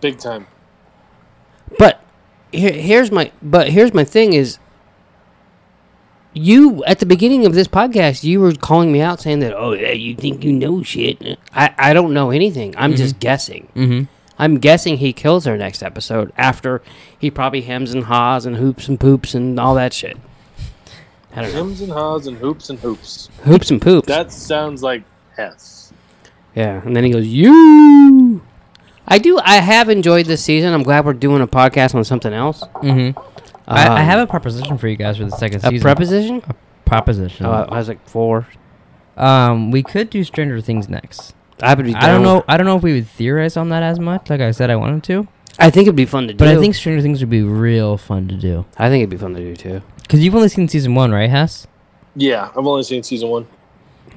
Speaker 3: Big time.
Speaker 2: But here, here's my but here's my thing is you at the beginning of this podcast you were calling me out saying that oh yeah you think you know shit I I don't know anything I'm just guessing
Speaker 1: Mm-hmm.
Speaker 2: I'm guessing he kills her next episode after he probably hems and haws and hoops and poops and all that shit I don't know
Speaker 3: Hims and haws and hoops and hoops.
Speaker 2: hoops and poops
Speaker 3: That sounds like Hess.
Speaker 2: yeah and then he goes you I do I have enjoyed this season I'm glad we're doing a podcast on something else
Speaker 1: Mm-hmm. I, I
Speaker 2: Um,
Speaker 1: have a proposition for you guys for the second
Speaker 2: a
Speaker 1: season.
Speaker 2: preposition
Speaker 1: proposition.
Speaker 2: oh, I I was like four
Speaker 1: um, we could do Stranger Things next.
Speaker 2: I would be
Speaker 1: I don't
Speaker 2: down.
Speaker 1: know. I don't know if we would theorize on that as much. Like I said, I wanted to,
Speaker 2: I think it'd be fun to do.
Speaker 1: but I think Stranger Things would be real fun to do.
Speaker 2: I think it'd be fun to do too.
Speaker 1: Cause you've only seen season one, right, Hess?
Speaker 3: Yeah, I've only seen season one.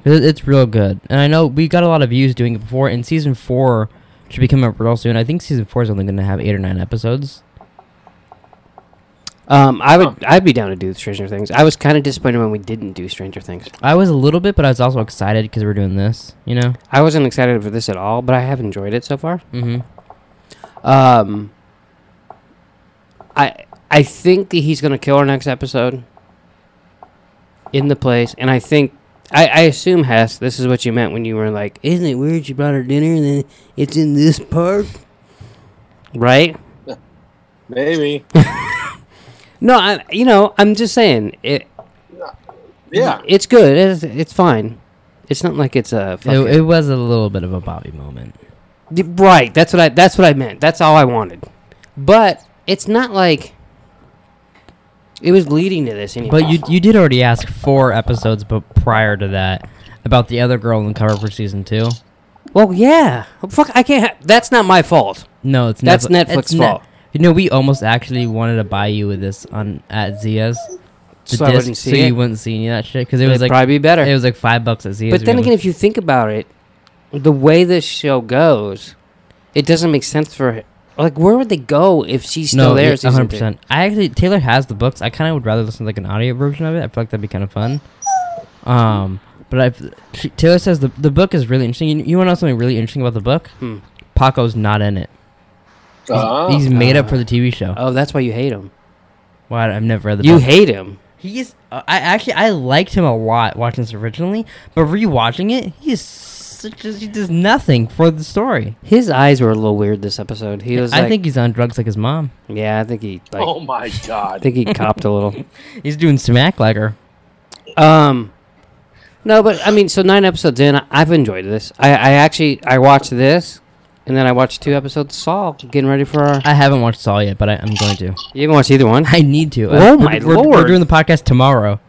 Speaker 1: It- It's real good, and I know we got a lot of views doing it before. And season four should be coming up real soon. I think season four is only going to have eight or nine episodes.
Speaker 2: Um, I would. I'd be down to do Stranger Things. I was kind of disappointed when we didn't do Stranger Things.
Speaker 1: I was a little bit, but I was also excited because we're doing this. You know.
Speaker 2: I wasn't excited for this at all, but I have enjoyed it so far.
Speaker 1: Mm-hmm.
Speaker 2: Um, I I think that he's gonna kill our next episode in the place, and I think. I, I assume Hess, this is what you meant when you were like, "Isn't it weird you brought her dinner and then it's in this park?" Right?
Speaker 1: [laughs]
Speaker 3: Maybe.
Speaker 2: No, I. You know, I'm just saying it.
Speaker 3: Yeah.
Speaker 2: It's good. It's, it's fine. It's not like it's a fucking,
Speaker 1: It, it was a little bit of a Bobby moment.
Speaker 2: D- right. That's what I. That's what I meant. That's all I wanted. But it's not like it was leading to this. Anyway.
Speaker 1: But you you did already ask four episodes, but prior to that, about the other girl in the cover for season two.
Speaker 2: Well, yeah. Fuck. I can't. Ha- that's not my fault.
Speaker 1: No, it's
Speaker 2: That's
Speaker 1: Netfli-
Speaker 2: Netflix
Speaker 1: it's Ne-
Speaker 2: fault.
Speaker 1: you know, we almost actually wanted to buy you with this on at Zia's. The
Speaker 2: So I wouldn't see
Speaker 1: so
Speaker 2: it.
Speaker 1: you wouldn't see any of that shit because it
Speaker 2: It
Speaker 1: was
Speaker 2: would
Speaker 1: like
Speaker 2: probably be better.
Speaker 1: it was like five bucks at Zia's.
Speaker 2: but then
Speaker 1: We
Speaker 2: again, if you think about it, the way this show goes, it doesn't make sense for Like, where would they go if she's still
Speaker 1: no,
Speaker 2: there?
Speaker 1: yeah,
Speaker 2: season
Speaker 1: 100%. I actually Taylor has the books. I kind of would rather listen to like an audio version of it. I feel like that'd be kind of fun. Um, but I she, Taylor says the the book is really interesting. You, you want to know something really interesting about the book?
Speaker 2: Hmm.
Speaker 1: Paco's not in it. He's,
Speaker 3: Oh.
Speaker 1: he's made up for the TV show.
Speaker 2: two? Oh, that's why you hate him.
Speaker 1: Why I've never read the
Speaker 2: You
Speaker 1: book.
Speaker 2: hate him.
Speaker 1: He's uh, I actually I liked him a lot watching this originally, but rewatching it, he's such a, he does nothing for the story.
Speaker 2: His eyes were a little weird this episode. He was.
Speaker 1: I
Speaker 2: like-
Speaker 1: think he's on drugs like his mom.
Speaker 2: Yeah, I think he. Like,
Speaker 3: oh my
Speaker 2: I
Speaker 1: [laughs]
Speaker 3: god.
Speaker 2: think he copped a little.
Speaker 1: He's doing smack like her.
Speaker 2: Um, no, but I mean, so nine episodes in, I- I've enjoyed this. I, I actually I watched this, and then I watched two episodes. of Saul getting ready for. Our,
Speaker 1: I haven't watched Saul yet, but I, I'm going to.
Speaker 2: you haven't watched
Speaker 1: [laughs]
Speaker 2: either one.
Speaker 1: I need to.
Speaker 2: Oh
Speaker 1: Uh,
Speaker 2: my
Speaker 1: we're, we're- We're
Speaker 2: lord.
Speaker 1: doing the podcast tomorrow.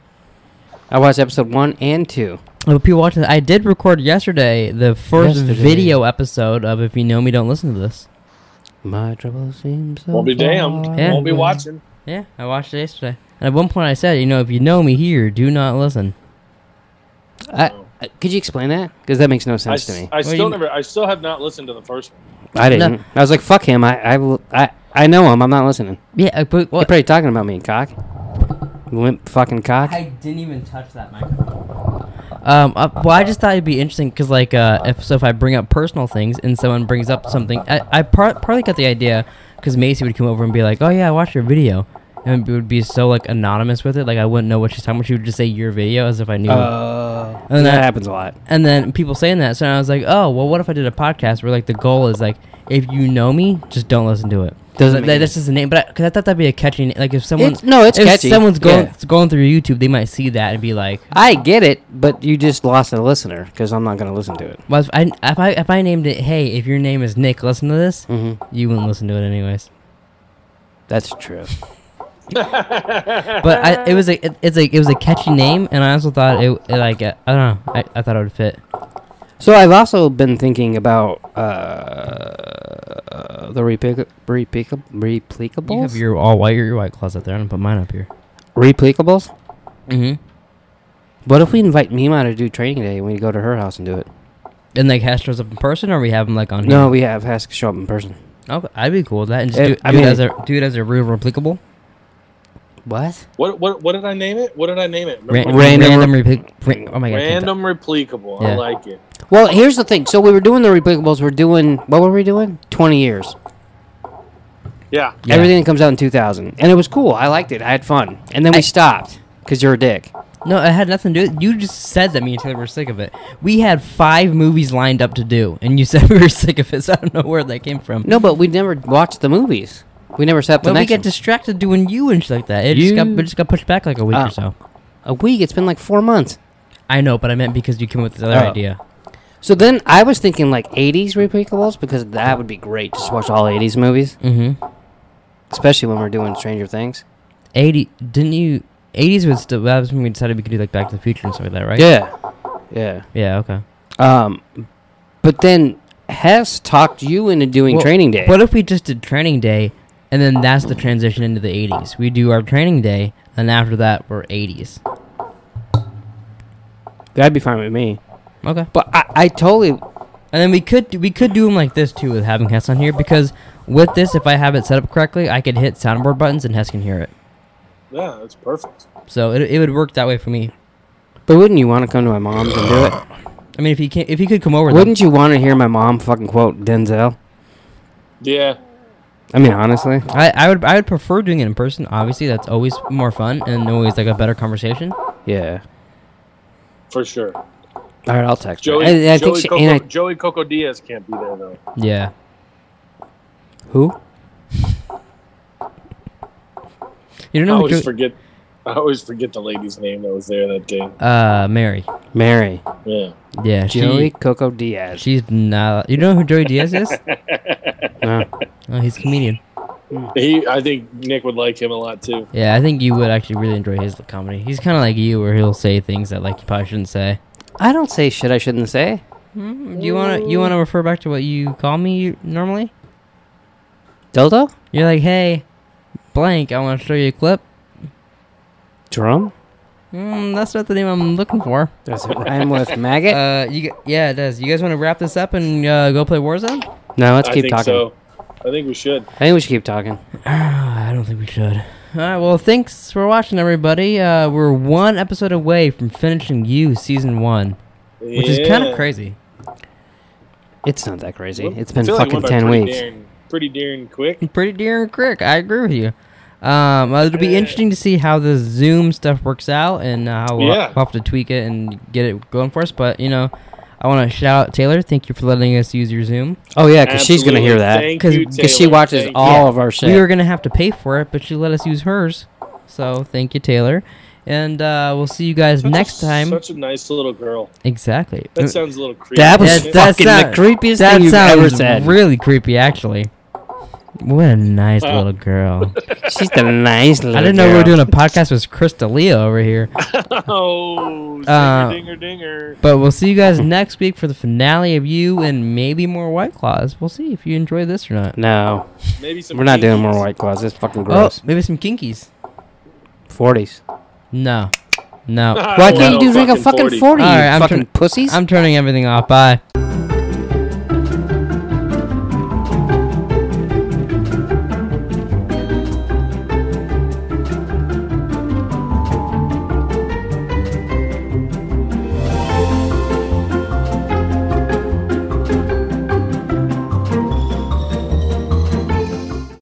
Speaker 2: I watched episode one and two.
Speaker 1: Oh, people watching. I did record yesterday the first
Speaker 2: Yesterday.
Speaker 1: video episode of "If You Know Me, Don't Listen to This."
Speaker 2: My trouble seems. So
Speaker 3: Won't be damned.
Speaker 2: far
Speaker 1: Yeah.
Speaker 3: Oh, Won't be
Speaker 2: away.
Speaker 3: watching.
Speaker 1: Yeah, I watched it yesterday. And at one point, I said, "You know, if you know me here, do not listen."
Speaker 2: I, I- could you explain that? Because that makes no
Speaker 3: I,
Speaker 2: sense
Speaker 3: s-
Speaker 2: to me.
Speaker 3: I still
Speaker 1: you-
Speaker 3: never. I still have not listened to the first one.
Speaker 2: I didn't. I was like, fuck him. I, I will- I I know him. I'm not listening.
Speaker 1: Yeah, I- but
Speaker 2: You're
Speaker 1: what?
Speaker 2: probably talking about me, cock. Wimp fucking cock.
Speaker 1: I didn't even touch that microphone. Um, uh, well, I just thought it'd be interesting because, like, uh, if so, if I bring up personal things and someone brings up something, I, I par- partly got the idea because Macy would come over and be like, "Oh yeah, I watched your video," and it would be so like anonymous with it, like I wouldn't know what she's talking about. She would just say your video as if I knew.
Speaker 2: Uh,
Speaker 1: And then
Speaker 2: that
Speaker 1: I-
Speaker 2: happens a lot.
Speaker 1: and then people saying that, so I was like, "Oh, well, what if I did a podcast where like the goal is like, if you know me, just don't listen to it."
Speaker 2: Doesn't
Speaker 1: that,
Speaker 2: mean-
Speaker 1: that's just the name, but because I, thought that'd be a catchy name. Like if someone
Speaker 2: It's- no, it's
Speaker 1: if
Speaker 2: catchy.
Speaker 1: someone's going
Speaker 2: Yeah.
Speaker 1: going through YouTube, they might see that and be like.
Speaker 2: I get it, but you just lost a listener because I'm not going to listen to it.
Speaker 1: Well, if I, if I if I named it, hey, if your name is Nick, listen to this.
Speaker 2: Mm-hmm.
Speaker 1: You wouldn't listen to it anyways.
Speaker 2: That's true.
Speaker 1: But I, it was a it, it's a it was a catchy name, and I also thought it, it like uh, I don't know I, I thought it would fit.
Speaker 2: So I've also been thinking about uh, the replica, replica,
Speaker 1: You have
Speaker 2: replicables,
Speaker 1: your all white your white closet there. I'm gonna put mine up here.
Speaker 2: replicables.
Speaker 1: Mm-hmm.
Speaker 2: What if we invite Mima to do training day and we go to her house and do it?
Speaker 1: And like Hash shows up in person, or we have him like on.
Speaker 2: No, we have has to show up in person.
Speaker 1: here? okay, I'd be cool with that. And just
Speaker 2: Eh,
Speaker 1: do,
Speaker 2: I
Speaker 1: do
Speaker 2: mean-
Speaker 1: it as a do it as a real replicable
Speaker 2: What?
Speaker 3: What what what did I name it? What did I name it?
Speaker 1: Ran-
Speaker 2: Random
Speaker 1: random replic- ran- oh my god I can't
Speaker 3: Random replicable.
Speaker 1: Yeah.
Speaker 3: I like it.
Speaker 2: Well, here's the thing. So we were doing the replicables. We're doing what were we doing? Twenty years.
Speaker 3: Yeah.
Speaker 1: Yeah.
Speaker 2: Everything that comes out in 2000, and it was cool. I liked it. I had fun, and then we
Speaker 1: I-
Speaker 2: stopped because you're a dick.
Speaker 1: talk. No, it had nothing to do. with You just said that me and Taylor were sick of it. We had five movies lined up to do, and you said [laughs] we were sick of it. So I don't know where that came from.
Speaker 2: No, but we never watched the movies. We never set up the
Speaker 1: But we
Speaker 2: next
Speaker 1: get
Speaker 2: one.
Speaker 1: distracted doing you and shit like that. It just got
Speaker 2: You-
Speaker 1: it just got pushed back like a week
Speaker 2: Oh.
Speaker 1: or so.
Speaker 2: a week. It's been like four months.
Speaker 1: I know, but I meant because you came up with this other
Speaker 2: Oh.
Speaker 1: idea.
Speaker 2: So then I was thinking like 80s replicables because that would be great. Just watch all 80s movies,
Speaker 1: Mm-hmm.
Speaker 2: especially when we're doing Stranger Things.
Speaker 1: Eighty didn't you? Eighties was still that was when we decided we could do like Back to the Future and stuff like that, right?
Speaker 2: Yeah, yeah.
Speaker 1: Yeah. Okay.
Speaker 2: Um, but then Hess talked you into doing
Speaker 1: Well,
Speaker 2: Training Day.
Speaker 1: What if we just did Training Day, and then that's the transition into the eighties? We do our Training Day, and after that we're eighties.
Speaker 2: That'd be fine with me.
Speaker 1: Okay.
Speaker 2: But I, I totally
Speaker 1: And then we could we could do them like this too with having Hess on here because with this, if I have it set up correctly, I could hit soundboard buttons and Hess can hear it.
Speaker 3: Yeah, that's perfect.
Speaker 1: So it, it would work that way for me.
Speaker 2: But wouldn't you want to come to my mom's and do it?
Speaker 1: I mean, if he can, if he could come over, then
Speaker 2: Wouldn't you want to hear my mom fucking quote Denzel?
Speaker 3: Yeah.
Speaker 2: I mean, honestly.
Speaker 1: I, I would I would prefer doing it in person. Obviously, that's always more fun and always like a better conversation.
Speaker 2: Yeah.
Speaker 3: For sure.
Speaker 2: All right, I'll text her.
Speaker 3: Joey
Speaker 2: And- and I,
Speaker 3: Joey,
Speaker 2: think she,
Speaker 3: Coco,
Speaker 2: and I-
Speaker 3: Joey Coco Diaz can't be there though.
Speaker 1: Yeah.
Speaker 2: who?
Speaker 1: You don't
Speaker 3: I
Speaker 1: know.
Speaker 3: always
Speaker 1: who
Speaker 3: forget. I always forget the lady's name that was there that day.
Speaker 1: Jo- uh, Mary.
Speaker 2: Mary.
Speaker 3: Yeah. [laughs]
Speaker 1: Yeah.
Speaker 2: Joey Coco Diaz.
Speaker 1: She, she's not. You know who Joey Diaz is?
Speaker 2: No.
Speaker 1: Oh, he's a comedian.
Speaker 3: He. I think Nick would like him a lot too.
Speaker 1: Yeah, I think you would actually really enjoy his comedy. He's kind of like you, where he'll say things that like you probably shouldn't say.
Speaker 2: I don't say shit I shouldn't say.
Speaker 1: Hmm, Do you want to you want to refer back to what you call me normally?
Speaker 2: Dildo?
Speaker 1: You're like, hey, blank. I want to show you a clip.
Speaker 2: Drum?
Speaker 1: Mm, that's not the name I'm looking for.
Speaker 2: Does it rhyme with maggot?
Speaker 1: Eh. Uh, you g- yeah, it does. You guys want to wrap this up and uh, go play Warzone?
Speaker 2: [laughs] no, let's
Speaker 3: I
Speaker 2: keep
Speaker 3: think
Speaker 2: talking.
Speaker 3: so. I think we should.
Speaker 2: I think we should keep talking.
Speaker 1: [sighs] I don't think we should. All right, well, thanks for watching, everybody. Uh, we're one episode away from finishing you season one, which is kind of crazy.
Speaker 2: It's not that crazy.
Speaker 3: Well,
Speaker 2: It's
Speaker 3: I
Speaker 2: been
Speaker 3: feel like we
Speaker 2: fucking
Speaker 3: went by
Speaker 2: ten
Speaker 3: pretty
Speaker 2: weeks.
Speaker 3: Darn, pretty darn quick.
Speaker 1: Pretty dear and quick. I agree with you. Um, uh, it'll be
Speaker 3: Yeah.
Speaker 1: interesting to see how the Zoom stuff works out and uh, how we'll,
Speaker 3: Yeah.
Speaker 1: we'll have to tweak it and get it going for us. But you know, I want to shout out Taylor. Thank you for letting us use your Zoom.
Speaker 2: Oh yeah, because she's gonna hear that
Speaker 1: Because-
Speaker 2: because she watches all of our shit.
Speaker 1: We were gonna have to pay for it, but she let us use hers. So thank you, Taylor. And uh, we'll see you guys next time.
Speaker 3: Such a nice little girl.
Speaker 1: exactly.
Speaker 3: That sounds a little creepy.
Speaker 2: That was
Speaker 1: That- that
Speaker 2: fucking
Speaker 1: sound-
Speaker 2: the creepiest
Speaker 1: That
Speaker 2: thing you've
Speaker 1: sounds
Speaker 2: ever said.
Speaker 1: really creepy, actually. What a nice
Speaker 3: Wow.
Speaker 1: little
Speaker 2: [laughs]
Speaker 1: girl.
Speaker 2: [laughs] She's the nice little
Speaker 1: I didn't know we were
Speaker 2: girl.
Speaker 1: doing a podcast with Krista Leo over here.
Speaker 3: [laughs] oh,
Speaker 1: Uh,
Speaker 3: dinger, dinger, dinger.
Speaker 1: But we'll see you
Speaker 2: [laughs]
Speaker 1: guys next week for the finale of you and maybe more White Claws. We'll see if you enjoy this or not.
Speaker 2: No,
Speaker 3: Maybe some.
Speaker 2: we're not doing more
Speaker 3: kinkies.
Speaker 2: white claws. It's fucking gross.
Speaker 1: Oh, maybe some kinkies.
Speaker 2: Forties.
Speaker 1: No. No.
Speaker 2: Why
Speaker 3: Oh,
Speaker 2: can't you do drink a [laughs]
Speaker 3: fucking
Speaker 2: fucking
Speaker 3: 40.
Speaker 2: forty?
Speaker 1: All right,
Speaker 2: you
Speaker 1: I'm
Speaker 2: fucking
Speaker 1: turn-
Speaker 2: pussies.
Speaker 1: I'm turning everything off. Bye.